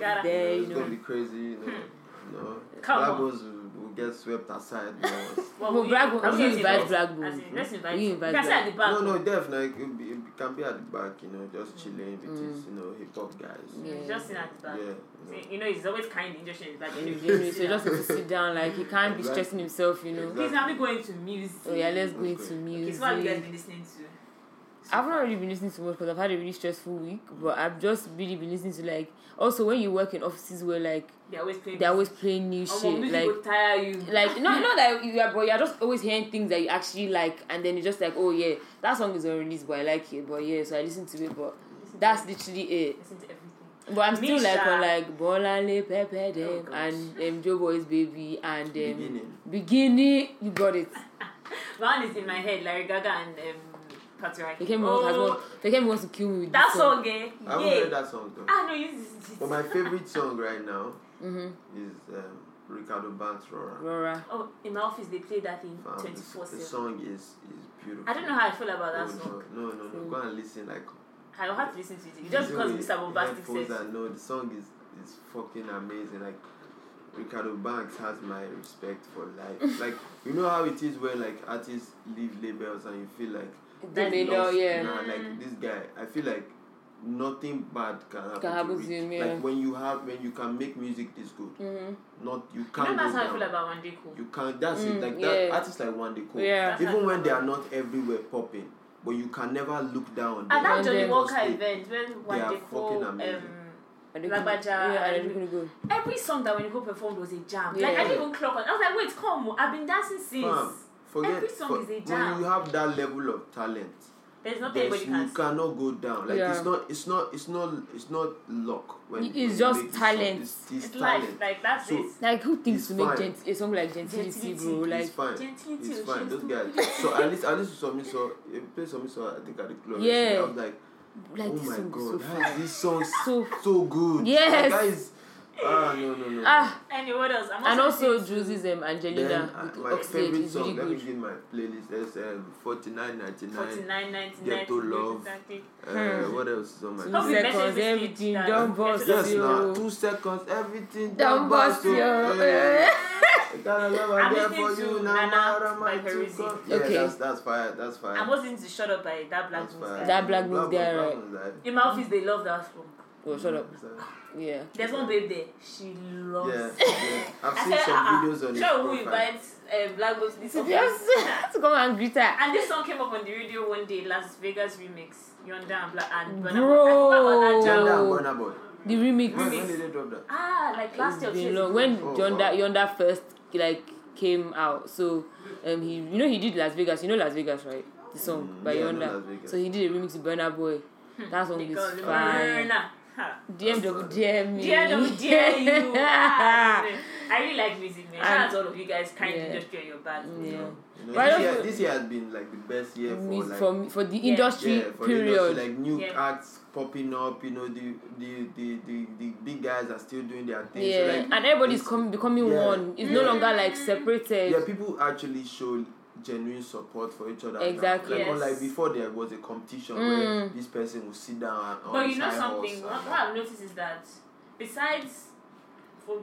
[SPEAKER 2] Gotta-
[SPEAKER 3] you know,
[SPEAKER 1] There,
[SPEAKER 3] it's
[SPEAKER 1] you
[SPEAKER 3] gonna
[SPEAKER 1] know.
[SPEAKER 3] be crazy. You know, you know.
[SPEAKER 2] Hmm. Come
[SPEAKER 3] Black
[SPEAKER 2] on.
[SPEAKER 3] Bones will, will get swept aside. You
[SPEAKER 2] <laughs>
[SPEAKER 3] know.
[SPEAKER 2] Well,
[SPEAKER 1] Well,
[SPEAKER 2] we-
[SPEAKER 1] Black Bo-
[SPEAKER 2] I was
[SPEAKER 3] we
[SPEAKER 2] gonna say
[SPEAKER 3] invite
[SPEAKER 2] let's-
[SPEAKER 1] Black
[SPEAKER 2] as
[SPEAKER 1] Bo.
[SPEAKER 2] in, Let's invite
[SPEAKER 1] We
[SPEAKER 2] him.
[SPEAKER 1] invite
[SPEAKER 2] You can sit
[SPEAKER 1] Black
[SPEAKER 2] at the back.
[SPEAKER 3] no, no, def like it, be, it can be at the back. You know, just chilling with his
[SPEAKER 2] Hmm.
[SPEAKER 3] you know hip hop guys.
[SPEAKER 1] Yeah.
[SPEAKER 2] Just sit at the
[SPEAKER 3] Yeah,
[SPEAKER 2] back.
[SPEAKER 3] you know.
[SPEAKER 2] See, You know, he's always kind in industry. Like,
[SPEAKER 1] Anyway, so just to sit down, like he can't be
[SPEAKER 3] Exactly.
[SPEAKER 1] stressing himself, you know.
[SPEAKER 3] Exactly.
[SPEAKER 2] Please, now we going to music.
[SPEAKER 1] So Oh, yeah, let's go
[SPEAKER 3] Okay.
[SPEAKER 1] into
[SPEAKER 2] Okay,
[SPEAKER 1] music.
[SPEAKER 2] so what have you guys been listening to?
[SPEAKER 1] I've not really been listening to much because I've had a really stressful week, but I've just really been listening to like also when you work in offices where like
[SPEAKER 2] They always play.
[SPEAKER 1] they're always playing new
[SPEAKER 2] music. Oh,
[SPEAKER 1] shit,
[SPEAKER 2] music
[SPEAKER 1] like
[SPEAKER 2] will tire you.
[SPEAKER 1] like not not that you are, but you're just always hearing things that you actually like, and then you're just like, oh yeah, that song is on release, but I like it, but yeah, so I listen to it, but
[SPEAKER 2] Listen
[SPEAKER 1] that's
[SPEAKER 2] to,
[SPEAKER 1] literally it.
[SPEAKER 2] listen to everything.
[SPEAKER 1] But I'm still
[SPEAKER 2] Misha.
[SPEAKER 1] like on like Bolale Pepe them
[SPEAKER 2] gosh.
[SPEAKER 1] and um, Joe Boy's Baby and um,
[SPEAKER 3] Beginning.
[SPEAKER 1] Beginning, you got it.
[SPEAKER 2] One is in my head. Larry Gaga and um, Katy Perry.
[SPEAKER 1] They came oh, has one, they came wants to kill me with
[SPEAKER 2] That
[SPEAKER 1] this song.
[SPEAKER 2] song, eh?
[SPEAKER 3] I haven't
[SPEAKER 2] Yeah.
[SPEAKER 3] heard that song though.
[SPEAKER 2] Ah no, you. you-
[SPEAKER 3] But my favorite song right now
[SPEAKER 1] Mhm.
[SPEAKER 3] is um, Ricardo Banks Rora.
[SPEAKER 1] Rora.
[SPEAKER 2] Oh, in my office they play that thing
[SPEAKER 3] Fam,
[SPEAKER 2] twenty
[SPEAKER 3] the,
[SPEAKER 2] four
[SPEAKER 3] the
[SPEAKER 2] seven.
[SPEAKER 3] song is is beautiful.
[SPEAKER 2] I don't know how I feel about
[SPEAKER 3] Oh,
[SPEAKER 2] that song. Hmm.
[SPEAKER 3] No, no, no. Go and listen. Like
[SPEAKER 2] I will have to listen to it just
[SPEAKER 3] listen
[SPEAKER 2] because
[SPEAKER 3] with
[SPEAKER 2] Mr. Bombastic
[SPEAKER 3] headphones
[SPEAKER 2] says.
[SPEAKER 3] and No, the song is is fucking amazing. Like Ricardo Banks has my respect for
[SPEAKER 2] <laughs>
[SPEAKER 3] life. like you know how it is when like artists leave labels and you feel like
[SPEAKER 1] Then they
[SPEAKER 3] you
[SPEAKER 1] know,
[SPEAKER 3] lost-
[SPEAKER 1] yeah.
[SPEAKER 3] Nah,
[SPEAKER 2] Mm.
[SPEAKER 3] like this guy, I feel like nothing bad can happen,
[SPEAKER 1] happen
[SPEAKER 3] to,
[SPEAKER 1] to him,
[SPEAKER 3] him.
[SPEAKER 1] yeah.
[SPEAKER 3] Like when you have when you can make music this good,
[SPEAKER 1] Mm-hmm.
[SPEAKER 3] not you
[SPEAKER 2] You know
[SPEAKER 3] can't.
[SPEAKER 2] that's
[SPEAKER 3] go
[SPEAKER 2] how I
[SPEAKER 3] down.
[SPEAKER 2] feel about One Day Cool.
[SPEAKER 3] You can't. That's
[SPEAKER 1] Mm,
[SPEAKER 3] it. Like
[SPEAKER 1] yeah.
[SPEAKER 3] that. Artists like one they call.
[SPEAKER 1] Yeah.
[SPEAKER 2] That's how I
[SPEAKER 3] Even
[SPEAKER 2] feel
[SPEAKER 3] when they
[SPEAKER 2] about
[SPEAKER 3] are not everywhere popping, but you can never look down. on
[SPEAKER 2] At
[SPEAKER 3] them.
[SPEAKER 2] Ah, that Johnny
[SPEAKER 1] London
[SPEAKER 2] Walker
[SPEAKER 3] Because they-
[SPEAKER 2] event, when when
[SPEAKER 3] are
[SPEAKER 2] they call
[SPEAKER 3] fucking
[SPEAKER 2] um,
[SPEAKER 3] amazing.
[SPEAKER 1] Are
[SPEAKER 2] Like
[SPEAKER 1] gonna-
[SPEAKER 2] Baja,
[SPEAKER 1] yeah,
[SPEAKER 2] I
[SPEAKER 1] are they
[SPEAKER 2] don't-
[SPEAKER 1] gonna go?
[SPEAKER 2] every song that Wendy Cole performed was a jam. Like
[SPEAKER 1] Yeah.
[SPEAKER 2] I didn't even clock on. I was like, wait, come, I've been dancing since.
[SPEAKER 3] Fam, forget
[SPEAKER 2] Every song
[SPEAKER 3] for-
[SPEAKER 2] is a
[SPEAKER 3] when
[SPEAKER 2] jam.
[SPEAKER 3] you have that level of talent
[SPEAKER 2] There's nothing
[SPEAKER 3] there's,
[SPEAKER 2] anybody
[SPEAKER 3] you
[SPEAKER 2] can. say.
[SPEAKER 3] cannot go down like
[SPEAKER 1] Yeah.
[SPEAKER 3] it's not it's not it's not it's not luck when
[SPEAKER 1] It
[SPEAKER 3] when
[SPEAKER 1] is
[SPEAKER 3] you
[SPEAKER 1] just
[SPEAKER 3] make this
[SPEAKER 1] talent.
[SPEAKER 3] song. it's, it's,
[SPEAKER 2] It's life,
[SPEAKER 3] talent
[SPEAKER 2] like that's
[SPEAKER 3] So-
[SPEAKER 2] it.
[SPEAKER 1] Like who thinks
[SPEAKER 3] It's
[SPEAKER 1] to make
[SPEAKER 3] fine.
[SPEAKER 1] gent- a song like gentility, bro?
[SPEAKER 2] Gentility.
[SPEAKER 1] Like
[SPEAKER 3] it's fine
[SPEAKER 2] Gentility
[SPEAKER 3] it's
[SPEAKER 2] or
[SPEAKER 3] fine those
[SPEAKER 2] Gentility.
[SPEAKER 3] guys so at least at least with some so if you play some so I think at the club
[SPEAKER 1] Yeah.
[SPEAKER 3] I was like
[SPEAKER 1] like
[SPEAKER 3] oh
[SPEAKER 1] this
[SPEAKER 3] my
[SPEAKER 1] song is
[SPEAKER 3] god
[SPEAKER 1] so
[SPEAKER 3] how is this song
[SPEAKER 1] so
[SPEAKER 3] so good
[SPEAKER 1] Yes.
[SPEAKER 3] like, that is Ah, no, no, no.
[SPEAKER 1] Ah,
[SPEAKER 2] Anyway, what else? I'm
[SPEAKER 1] and also
[SPEAKER 2] listening
[SPEAKER 1] Juicy's um,
[SPEAKER 3] Then,
[SPEAKER 1] Angelina
[SPEAKER 3] uh,
[SPEAKER 1] with
[SPEAKER 3] my
[SPEAKER 1] Oxlade
[SPEAKER 3] favorite
[SPEAKER 1] is
[SPEAKER 3] song,
[SPEAKER 1] really
[SPEAKER 3] let me
[SPEAKER 1] good.
[SPEAKER 3] give my playlist, is um, 49.99.
[SPEAKER 2] 49.99.
[SPEAKER 3] Ghetto Love.
[SPEAKER 1] Hmm.
[SPEAKER 3] Uh, what else is on my
[SPEAKER 1] Two
[SPEAKER 2] Hope you
[SPEAKER 3] playlist?
[SPEAKER 2] message
[SPEAKER 1] seconds,
[SPEAKER 2] this
[SPEAKER 1] everything,
[SPEAKER 2] bitch,
[SPEAKER 1] don't
[SPEAKER 2] darling.
[SPEAKER 1] bust
[SPEAKER 2] Yes,
[SPEAKER 3] Yes, now,
[SPEAKER 1] you.
[SPEAKER 3] two seconds, everything.
[SPEAKER 1] Don't bust you.
[SPEAKER 3] eh. The kind of love I
[SPEAKER 2] I'm
[SPEAKER 3] get
[SPEAKER 2] listening
[SPEAKER 3] for you
[SPEAKER 2] to
[SPEAKER 3] now,
[SPEAKER 2] Nana
[SPEAKER 3] Mara,
[SPEAKER 2] by
[SPEAKER 3] my two
[SPEAKER 2] Peruzzi.
[SPEAKER 3] girls. Yeah,
[SPEAKER 1] Okay.
[SPEAKER 3] that's, that's fire, that's fire.
[SPEAKER 2] I'm listening to Shut Up by that Black
[SPEAKER 3] that's
[SPEAKER 2] Moose
[SPEAKER 3] fire.
[SPEAKER 2] guy.
[SPEAKER 1] That Black Moose guy,
[SPEAKER 3] Black
[SPEAKER 1] right?
[SPEAKER 3] Moose guy.
[SPEAKER 2] In my office, they love that song.
[SPEAKER 1] Oh, shut up.
[SPEAKER 2] <laughs>
[SPEAKER 3] So,
[SPEAKER 1] Yeah.
[SPEAKER 2] There's one babe there. She loves
[SPEAKER 3] Yeah,
[SPEAKER 2] it.
[SPEAKER 3] yeah. I've
[SPEAKER 2] <laughs> I
[SPEAKER 3] seen
[SPEAKER 2] said,
[SPEAKER 3] some
[SPEAKER 2] "Ah, ah,
[SPEAKER 3] videos on his
[SPEAKER 2] Show who
[SPEAKER 3] profile.
[SPEAKER 2] invites uh, Black Moose to this
[SPEAKER 1] To <laughs>
[SPEAKER 2] office.
[SPEAKER 1] just to come and greet her.
[SPEAKER 2] And this song came up on the radio one day, Las Vegas remix. Yonda and Black and Burna Boy. I
[SPEAKER 1] Bro.
[SPEAKER 2] forgot about that
[SPEAKER 3] John
[SPEAKER 2] jam.
[SPEAKER 1] Yeah.
[SPEAKER 3] Dan,
[SPEAKER 1] <laughs>
[SPEAKER 3] Burna Boy.
[SPEAKER 1] The
[SPEAKER 3] When, when
[SPEAKER 1] remix.
[SPEAKER 3] did they drop that?
[SPEAKER 2] Ah, like last
[SPEAKER 1] It's
[SPEAKER 2] year. or two
[SPEAKER 1] been
[SPEAKER 2] years
[SPEAKER 1] long.
[SPEAKER 2] ago.
[SPEAKER 1] When
[SPEAKER 2] <laughs>
[SPEAKER 3] Oh,
[SPEAKER 1] Yonda
[SPEAKER 3] wow.
[SPEAKER 1] Yonda first like came out, so um he you know he did Las Vegas. You know Las Vegas, right? The song
[SPEAKER 3] Mm,
[SPEAKER 1] by
[SPEAKER 3] yeah, I know Las
[SPEAKER 1] Yonda.
[SPEAKER 3] Vegas.
[SPEAKER 1] So he did a remix to Burna Boy. That song is
[SPEAKER 2] Because
[SPEAKER 1] fine.
[SPEAKER 2] Burna. Ha.
[SPEAKER 1] DM double DM me.
[SPEAKER 2] Dear, no,
[SPEAKER 1] <laughs>
[SPEAKER 2] dear you. Ah, I really like music, man. Shout out to all of you guys kindly
[SPEAKER 1] Yeah.
[SPEAKER 2] just doing your bags.
[SPEAKER 1] yeah.
[SPEAKER 3] You know,
[SPEAKER 1] Why
[SPEAKER 3] this,
[SPEAKER 1] don't
[SPEAKER 3] year,
[SPEAKER 1] you-
[SPEAKER 3] this year has been like the best year for
[SPEAKER 1] Means
[SPEAKER 3] like
[SPEAKER 1] for me- for the
[SPEAKER 2] Yeah.
[SPEAKER 1] industry
[SPEAKER 3] yeah, for the industry,
[SPEAKER 1] period.
[SPEAKER 3] like new
[SPEAKER 2] Yeah.
[SPEAKER 3] acts popping up. You know the the, the the the big guys are still doing their thing.
[SPEAKER 1] yeah,
[SPEAKER 3] So like,
[SPEAKER 1] and everybody's
[SPEAKER 3] it's-
[SPEAKER 1] com- becoming
[SPEAKER 3] yeah.
[SPEAKER 1] one. It's no
[SPEAKER 3] Yeah.
[SPEAKER 1] longer like separated.
[SPEAKER 3] yeah, people actually show genuine support for each other. now.
[SPEAKER 1] Exactly.
[SPEAKER 3] Like
[SPEAKER 2] Yes.
[SPEAKER 3] unlike before, there was a competition where
[SPEAKER 1] Mm.
[SPEAKER 3] this person will sit down. And,
[SPEAKER 2] But
[SPEAKER 3] on
[SPEAKER 2] you know
[SPEAKER 3] his high horse
[SPEAKER 2] something?
[SPEAKER 3] and
[SPEAKER 2] What, what
[SPEAKER 3] that.
[SPEAKER 2] I've noticed is that besides for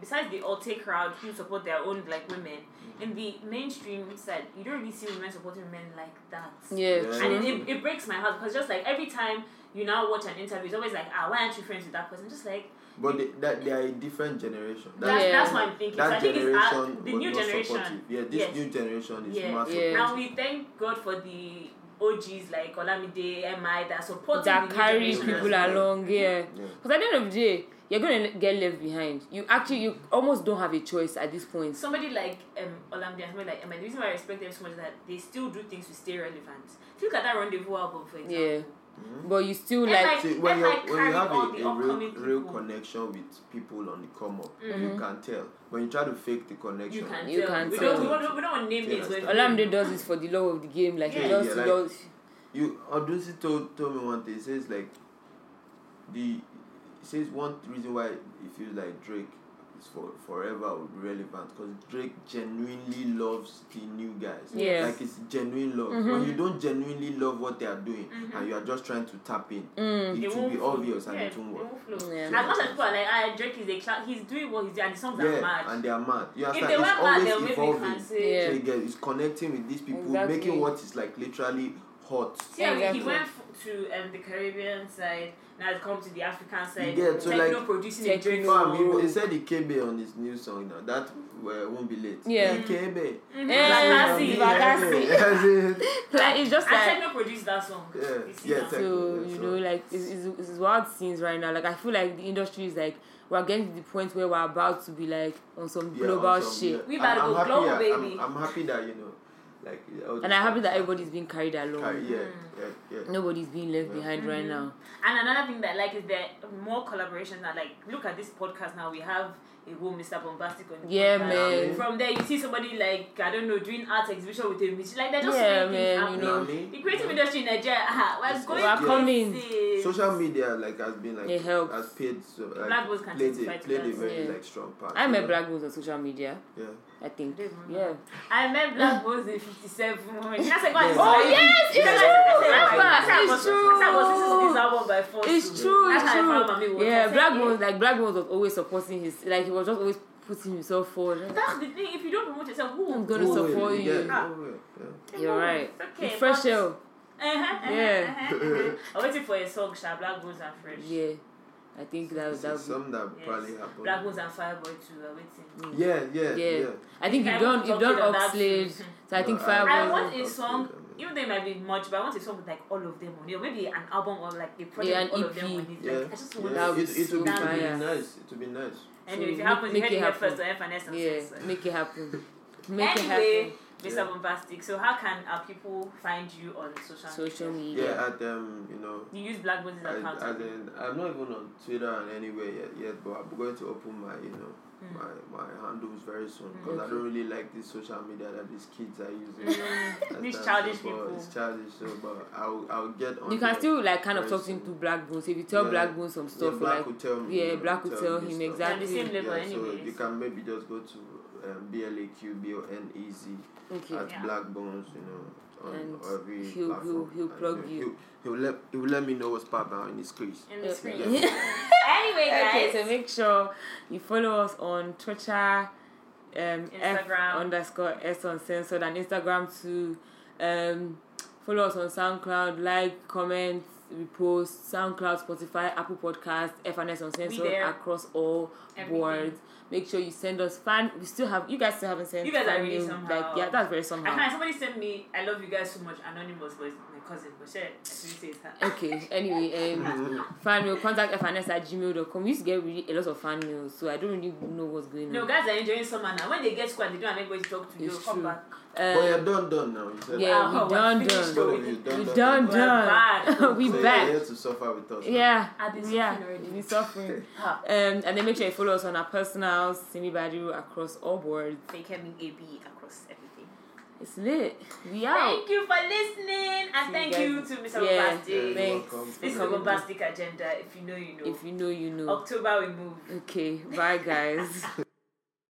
[SPEAKER 2] besides the Alte crowd who support their own like women in the mainstream side, you don't really see women supporting men like that.
[SPEAKER 1] Yeah,
[SPEAKER 3] Yeah.
[SPEAKER 2] And
[SPEAKER 1] true.
[SPEAKER 2] it, it breaks my heart because just like every time you now watch an interview, it's always like, ah, why aren't you friends with that person? Just like
[SPEAKER 3] But they, that they are a different generation.
[SPEAKER 2] that's,
[SPEAKER 1] Yeah.
[SPEAKER 2] that's what I'm thinking. so I
[SPEAKER 3] that
[SPEAKER 2] think it's uh,
[SPEAKER 3] generation
[SPEAKER 2] the
[SPEAKER 3] was
[SPEAKER 2] new
[SPEAKER 3] not
[SPEAKER 2] generation.
[SPEAKER 3] supportive. Yeah, this
[SPEAKER 2] Yes.
[SPEAKER 3] new generation is
[SPEAKER 2] Yeah.
[SPEAKER 3] massive.
[SPEAKER 1] Yeah.
[SPEAKER 2] And we thank God for the OGs like Olamide, MI that support
[SPEAKER 1] that
[SPEAKER 2] the new
[SPEAKER 1] carry
[SPEAKER 2] generation.
[SPEAKER 1] people along. Yeah.
[SPEAKER 3] Yeah.
[SPEAKER 1] Because at the end of the day, you're gonna le- get left behind. You actually, you almost don't have a choice at this point.
[SPEAKER 2] Somebody like um, Olamide and somebody like MI, the reason why I respect them so much is that they still do things to stay relevant. If you look at that Rendezvous album, for example.
[SPEAKER 1] Yeah. But you still
[SPEAKER 2] And,
[SPEAKER 1] like,
[SPEAKER 2] like,
[SPEAKER 3] See, when,
[SPEAKER 2] If
[SPEAKER 3] you're,
[SPEAKER 2] I
[SPEAKER 3] when you
[SPEAKER 2] carry
[SPEAKER 3] have
[SPEAKER 2] all the
[SPEAKER 3] a, a real,
[SPEAKER 2] upcoming
[SPEAKER 3] real
[SPEAKER 2] people- Mm-hmm.
[SPEAKER 3] connection with people on the come up, you can tell. When you try to fake the
[SPEAKER 2] You
[SPEAKER 3] connection,
[SPEAKER 2] can
[SPEAKER 1] You
[SPEAKER 2] tell.
[SPEAKER 1] can
[SPEAKER 2] we,
[SPEAKER 1] tell.
[SPEAKER 2] Don't, we, don't, we don't want to name
[SPEAKER 3] Yeah,
[SPEAKER 2] names.
[SPEAKER 3] that's
[SPEAKER 2] but-
[SPEAKER 1] Olamide does this for the love of the game. Like
[SPEAKER 2] Yeah.
[SPEAKER 1] he does,
[SPEAKER 3] Yeah,
[SPEAKER 1] he
[SPEAKER 3] like-
[SPEAKER 1] does.
[SPEAKER 3] you Odunsi told told me one thing. He says like the he says one reason why he feels like Drake is for forever will be relevant because Drake genuinely loves the new guys.
[SPEAKER 1] Yes.
[SPEAKER 3] Like it's genuine love.
[SPEAKER 2] Mm-hmm.
[SPEAKER 3] When you don't genuinely love what they are doing and you are just trying to tap in,
[SPEAKER 1] Mm.
[SPEAKER 3] it
[SPEAKER 2] It
[SPEAKER 3] will
[SPEAKER 2] won't
[SPEAKER 3] be
[SPEAKER 2] flow.
[SPEAKER 3] obvious and
[SPEAKER 2] Yeah,
[SPEAKER 3] it won't work.
[SPEAKER 2] won't flow.
[SPEAKER 1] Yeah.
[SPEAKER 2] As much as people are like, ah, Drake is a clown, he's doing what he's doing, and the songs are mad.
[SPEAKER 3] Yeah, and they are mad. You
[SPEAKER 2] if
[SPEAKER 3] understand?
[SPEAKER 2] they were
[SPEAKER 3] It's
[SPEAKER 2] mad, they'll
[SPEAKER 3] always
[SPEAKER 2] make me
[SPEAKER 3] evolving.
[SPEAKER 2] fancy.
[SPEAKER 1] Yeah.
[SPEAKER 3] So you get- it's connecting with these people,
[SPEAKER 1] Exactly.
[SPEAKER 3] making what is like literally hot.
[SPEAKER 2] Yeah,
[SPEAKER 1] Exactly.
[SPEAKER 2] he went f- to um, the Caribbean side, now he's come to the African side.
[SPEAKER 3] get, so,
[SPEAKER 2] techno
[SPEAKER 3] like,
[SPEAKER 2] producing a
[SPEAKER 1] techno-
[SPEAKER 2] Drake
[SPEAKER 3] Fam,
[SPEAKER 2] song.
[SPEAKER 3] he, he said he came here on his new song now. That uh, won't be late.
[SPEAKER 1] Yeah.
[SPEAKER 3] He came here.
[SPEAKER 2] Mhm.
[SPEAKER 1] Yeah,
[SPEAKER 2] Like,
[SPEAKER 1] yeah,
[SPEAKER 2] Lassie.
[SPEAKER 1] yeah.
[SPEAKER 3] <laughs>
[SPEAKER 2] <laughs>
[SPEAKER 3] That's it.
[SPEAKER 1] Like it's just
[SPEAKER 2] And
[SPEAKER 1] like.
[SPEAKER 2] techno produced that song.
[SPEAKER 3] Yeah.
[SPEAKER 2] You see
[SPEAKER 3] Yeah,
[SPEAKER 2] now?
[SPEAKER 3] techno.
[SPEAKER 1] So
[SPEAKER 3] Yeah,
[SPEAKER 1] you
[SPEAKER 3] so-
[SPEAKER 1] know, like it's, it's, it's wild scenes right now. Like I feel like the industry is like we're getting to the point where we're about to be like on some <laughs>
[SPEAKER 3] Yeah,
[SPEAKER 1] global
[SPEAKER 3] awesome,
[SPEAKER 1] shit.
[SPEAKER 3] yeah.
[SPEAKER 2] We
[SPEAKER 3] I'm-
[SPEAKER 2] better
[SPEAKER 3] I'm
[SPEAKER 2] go
[SPEAKER 3] happy
[SPEAKER 2] global,
[SPEAKER 3] that-
[SPEAKER 2] baby.
[SPEAKER 3] I'm, I'm happy that you know, like. all
[SPEAKER 1] And
[SPEAKER 3] the
[SPEAKER 1] I'm happy
[SPEAKER 3] stuff-
[SPEAKER 1] that everybody's being carried along.
[SPEAKER 3] Yeah, yeah, yeah.
[SPEAKER 1] Nobody's being left
[SPEAKER 3] Yeah.
[SPEAKER 1] behind right now.
[SPEAKER 2] And another thing that I like is that more collaboration. That like, look at this podcast now. We have a whole Mr. Bombastic on. the
[SPEAKER 1] Yeah,
[SPEAKER 2] podcast.
[SPEAKER 1] man.
[SPEAKER 2] From there, you see somebody like I don't know doing art exhibition with a music. Like they're just
[SPEAKER 1] Yeah,
[SPEAKER 2] making
[SPEAKER 1] man,
[SPEAKER 2] things
[SPEAKER 1] you
[SPEAKER 2] happening.
[SPEAKER 1] know.
[SPEAKER 3] Nani?
[SPEAKER 2] The creative industry in Nigeria, <laughs> ah, we're
[SPEAKER 3] It's-
[SPEAKER 2] going
[SPEAKER 3] we're
[SPEAKER 1] coming.
[SPEAKER 2] places.
[SPEAKER 3] Social media like has been like
[SPEAKER 1] It helps.
[SPEAKER 3] has paid so, like,
[SPEAKER 2] Black boys can
[SPEAKER 3] played,
[SPEAKER 2] testify
[SPEAKER 3] a,
[SPEAKER 2] to
[SPEAKER 3] played a
[SPEAKER 2] that.
[SPEAKER 3] very
[SPEAKER 1] Yeah.
[SPEAKER 3] like strong part.
[SPEAKER 1] I
[SPEAKER 3] you
[SPEAKER 1] met
[SPEAKER 3] know?
[SPEAKER 1] Black Rose on social media.
[SPEAKER 3] Yeah.
[SPEAKER 1] I think.
[SPEAKER 2] I don't remember.
[SPEAKER 1] Yeah.
[SPEAKER 2] I met Black Boys in 57. <laughs> That's like,
[SPEAKER 3] Yeah. Oh,
[SPEAKER 1] yes,
[SPEAKER 3] it's true,
[SPEAKER 1] Rafa,
[SPEAKER 2] I
[SPEAKER 1] it's
[SPEAKER 2] was
[SPEAKER 1] true.
[SPEAKER 2] I was listening to this album by force.
[SPEAKER 1] It's true,
[SPEAKER 2] That's
[SPEAKER 1] it's
[SPEAKER 2] how I found
[SPEAKER 1] true.
[SPEAKER 2] Mami
[SPEAKER 1] Yeah,
[SPEAKER 2] Wata.
[SPEAKER 1] Black
[SPEAKER 2] Yeah.
[SPEAKER 1] Rose, like Black Rose was always supporting his, like he was just always putting himself forward.
[SPEAKER 2] That's the thing. If you don't promote yourself, who will
[SPEAKER 1] I'm gonna
[SPEAKER 2] do?
[SPEAKER 3] No way,
[SPEAKER 1] support
[SPEAKER 3] Oh, yeah,
[SPEAKER 1] you. Ah.
[SPEAKER 3] no way, yeah.
[SPEAKER 1] You're right.
[SPEAKER 2] It's okay,
[SPEAKER 1] It's fresh
[SPEAKER 2] but-
[SPEAKER 1] air.
[SPEAKER 2] Uh-huh,
[SPEAKER 1] Yeah.
[SPEAKER 2] uh-huh, uh-huh. I'm waiting for a song, Sha Black Bones and Fresh.
[SPEAKER 1] Yeah. I think that
[SPEAKER 3] This
[SPEAKER 1] that.
[SPEAKER 3] is something that
[SPEAKER 2] Yes.
[SPEAKER 3] probably
[SPEAKER 2] Black
[SPEAKER 3] happened.
[SPEAKER 2] Bones and Fireboy too. I'm waiting.
[SPEAKER 3] Yeah, yeah,
[SPEAKER 1] Yeah.
[SPEAKER 3] yeah.
[SPEAKER 1] I think
[SPEAKER 2] I
[SPEAKER 1] you've done
[SPEAKER 2] was
[SPEAKER 1] you've
[SPEAKER 2] talking
[SPEAKER 1] done
[SPEAKER 2] on that
[SPEAKER 1] Oxlade.
[SPEAKER 2] too.
[SPEAKER 1] So I think
[SPEAKER 3] No, I-
[SPEAKER 1] Fireboy.
[SPEAKER 2] I
[SPEAKER 3] was
[SPEAKER 2] want
[SPEAKER 3] on
[SPEAKER 2] a
[SPEAKER 3] Oxlade,
[SPEAKER 2] song,
[SPEAKER 3] I mean.
[SPEAKER 2] even though it might be much, but I want a song with like all of them on it, or maybe an album or like a project
[SPEAKER 1] Yeah, an E
[SPEAKER 2] with all of them
[SPEAKER 1] EP.
[SPEAKER 2] on it. Like,
[SPEAKER 3] Yeah.
[SPEAKER 2] I just want
[SPEAKER 1] That
[SPEAKER 3] yeah.
[SPEAKER 1] would
[SPEAKER 3] It, it would be,
[SPEAKER 1] so
[SPEAKER 3] it would
[SPEAKER 1] fire.
[SPEAKER 3] be nice. It would be nice.
[SPEAKER 2] Anyway, if it
[SPEAKER 1] So
[SPEAKER 2] happens,
[SPEAKER 1] make-
[SPEAKER 2] you
[SPEAKER 1] make
[SPEAKER 2] heard it
[SPEAKER 1] it
[SPEAKER 2] here first
[SPEAKER 1] happen.
[SPEAKER 2] on Finesse and
[SPEAKER 1] Yeah,
[SPEAKER 2] Sex.
[SPEAKER 1] make it happen. Make
[SPEAKER 2] anyway,
[SPEAKER 3] Yeah.
[SPEAKER 2] Mr. Bombastic, so how can our people find you on social
[SPEAKER 1] it happen.
[SPEAKER 2] media?
[SPEAKER 1] Social
[SPEAKER 3] Yeah,
[SPEAKER 1] media.
[SPEAKER 3] at um, you know,
[SPEAKER 2] You use Black Bones'
[SPEAKER 3] I,
[SPEAKER 2] account.
[SPEAKER 3] as in, I'm not even on Twitter and anywhere yet, yet, but I'm going to open my, you know,
[SPEAKER 2] Hmm.
[SPEAKER 1] Mm.
[SPEAKER 2] <laughs>
[SPEAKER 3] my my handles very soon because I don't really like this social media that these kids are
[SPEAKER 1] <laughs>
[SPEAKER 3] using. That's
[SPEAKER 2] These
[SPEAKER 3] that,
[SPEAKER 2] childish
[SPEAKER 3] so, but
[SPEAKER 2] people.
[SPEAKER 3] It's childish, so but I'll I'll get on.
[SPEAKER 1] You can
[SPEAKER 3] there.
[SPEAKER 1] still like kind of
[SPEAKER 3] very
[SPEAKER 1] talk him
[SPEAKER 3] soon.
[SPEAKER 1] to Black Bones. If you tell
[SPEAKER 3] Yeah.
[SPEAKER 1] Black Bones some
[SPEAKER 3] yeah,
[SPEAKER 1] stuff,
[SPEAKER 3] Black
[SPEAKER 1] like
[SPEAKER 3] will tell me.
[SPEAKER 1] yeah,
[SPEAKER 3] you know,
[SPEAKER 1] Black will tell him
[SPEAKER 3] me stuff.
[SPEAKER 2] They're on the
[SPEAKER 1] exactly.
[SPEAKER 2] same level,
[SPEAKER 3] Yeah, so
[SPEAKER 2] anyways.
[SPEAKER 3] you can maybe just go to um, B L A Q B O N E Z
[SPEAKER 1] okay.
[SPEAKER 3] at
[SPEAKER 2] Yeah.
[SPEAKER 3] Black Bones, you know, on
[SPEAKER 1] And
[SPEAKER 3] every
[SPEAKER 1] he'll-
[SPEAKER 3] platform.
[SPEAKER 1] he'll- he'll
[SPEAKER 3] And
[SPEAKER 1] plug
[SPEAKER 3] he'll-
[SPEAKER 1] you.
[SPEAKER 3] He'll, he'll let he'll let me know what's popping in his crease.
[SPEAKER 2] in the
[SPEAKER 3] <laughs>
[SPEAKER 2] screen.
[SPEAKER 3] Yeah.
[SPEAKER 2] anyway,
[SPEAKER 1] Okay,
[SPEAKER 2] guys.
[SPEAKER 1] so make sure you follow us on Twitter, um, F
[SPEAKER 2] Instagram.
[SPEAKER 1] underscore S uncensored, and Instagram too. Um, follow us on SoundCloud, like, comment, repost, SoundCloud, Spotify, Apple Podcast, F and S uncensored
[SPEAKER 2] there.
[SPEAKER 1] across all
[SPEAKER 2] Everything.
[SPEAKER 1] boards. Make sure you send us fan. We still have you guys still haven't sent.
[SPEAKER 2] You guys are
[SPEAKER 1] fan
[SPEAKER 2] really
[SPEAKER 1] mail,
[SPEAKER 2] somehow.
[SPEAKER 1] Like, yeah, that's very
[SPEAKER 2] I
[SPEAKER 1] somehow.
[SPEAKER 2] can't. Somebody sent me, "I love you guys so much." Anonymous, but it's my cousin. But shit, I shouldn't say it's her.
[SPEAKER 1] Okay. Anyway, um, fan mail contact fns at gmail.com. We used to get really a lot of fan mails, so I don't really know what's going on.
[SPEAKER 2] No, guys are enjoying summer now. When they get squad, they don't have anybody to talk to. They'll
[SPEAKER 1] It's
[SPEAKER 2] come
[SPEAKER 1] true.
[SPEAKER 2] back.
[SPEAKER 1] Um,
[SPEAKER 3] but you're done, done now. You said
[SPEAKER 1] yeah,
[SPEAKER 2] Wow,
[SPEAKER 1] we
[SPEAKER 2] we're
[SPEAKER 1] done
[SPEAKER 2] finished
[SPEAKER 1] done.
[SPEAKER 2] though.
[SPEAKER 3] Both of you,
[SPEAKER 1] We done
[SPEAKER 3] done,
[SPEAKER 2] We're
[SPEAKER 1] done.
[SPEAKER 2] <laughs> back.
[SPEAKER 1] <laughs> we
[SPEAKER 3] So
[SPEAKER 1] back.
[SPEAKER 3] You're here to suffer with us.
[SPEAKER 1] Yeah,
[SPEAKER 2] I've been
[SPEAKER 1] yeah,
[SPEAKER 2] suffering already.
[SPEAKER 1] we suffering. um,
[SPEAKER 2] Ah.
[SPEAKER 1] and then make sure you follow us on our personals, Simi Badu across all boards.
[SPEAKER 2] They can be AB across everything.
[SPEAKER 1] It's lit. We out.
[SPEAKER 2] Thank you for listening, and
[SPEAKER 1] See you
[SPEAKER 2] thank you
[SPEAKER 1] guys.
[SPEAKER 2] to Mr.
[SPEAKER 1] Yeah.
[SPEAKER 3] You're
[SPEAKER 2] Bombastic.
[SPEAKER 1] Thanks.
[SPEAKER 3] welcome.
[SPEAKER 2] This is the Bombastic agenda. If you know, you know.
[SPEAKER 1] If you know, you know.
[SPEAKER 2] October we move.
[SPEAKER 1] Okay, bye guys.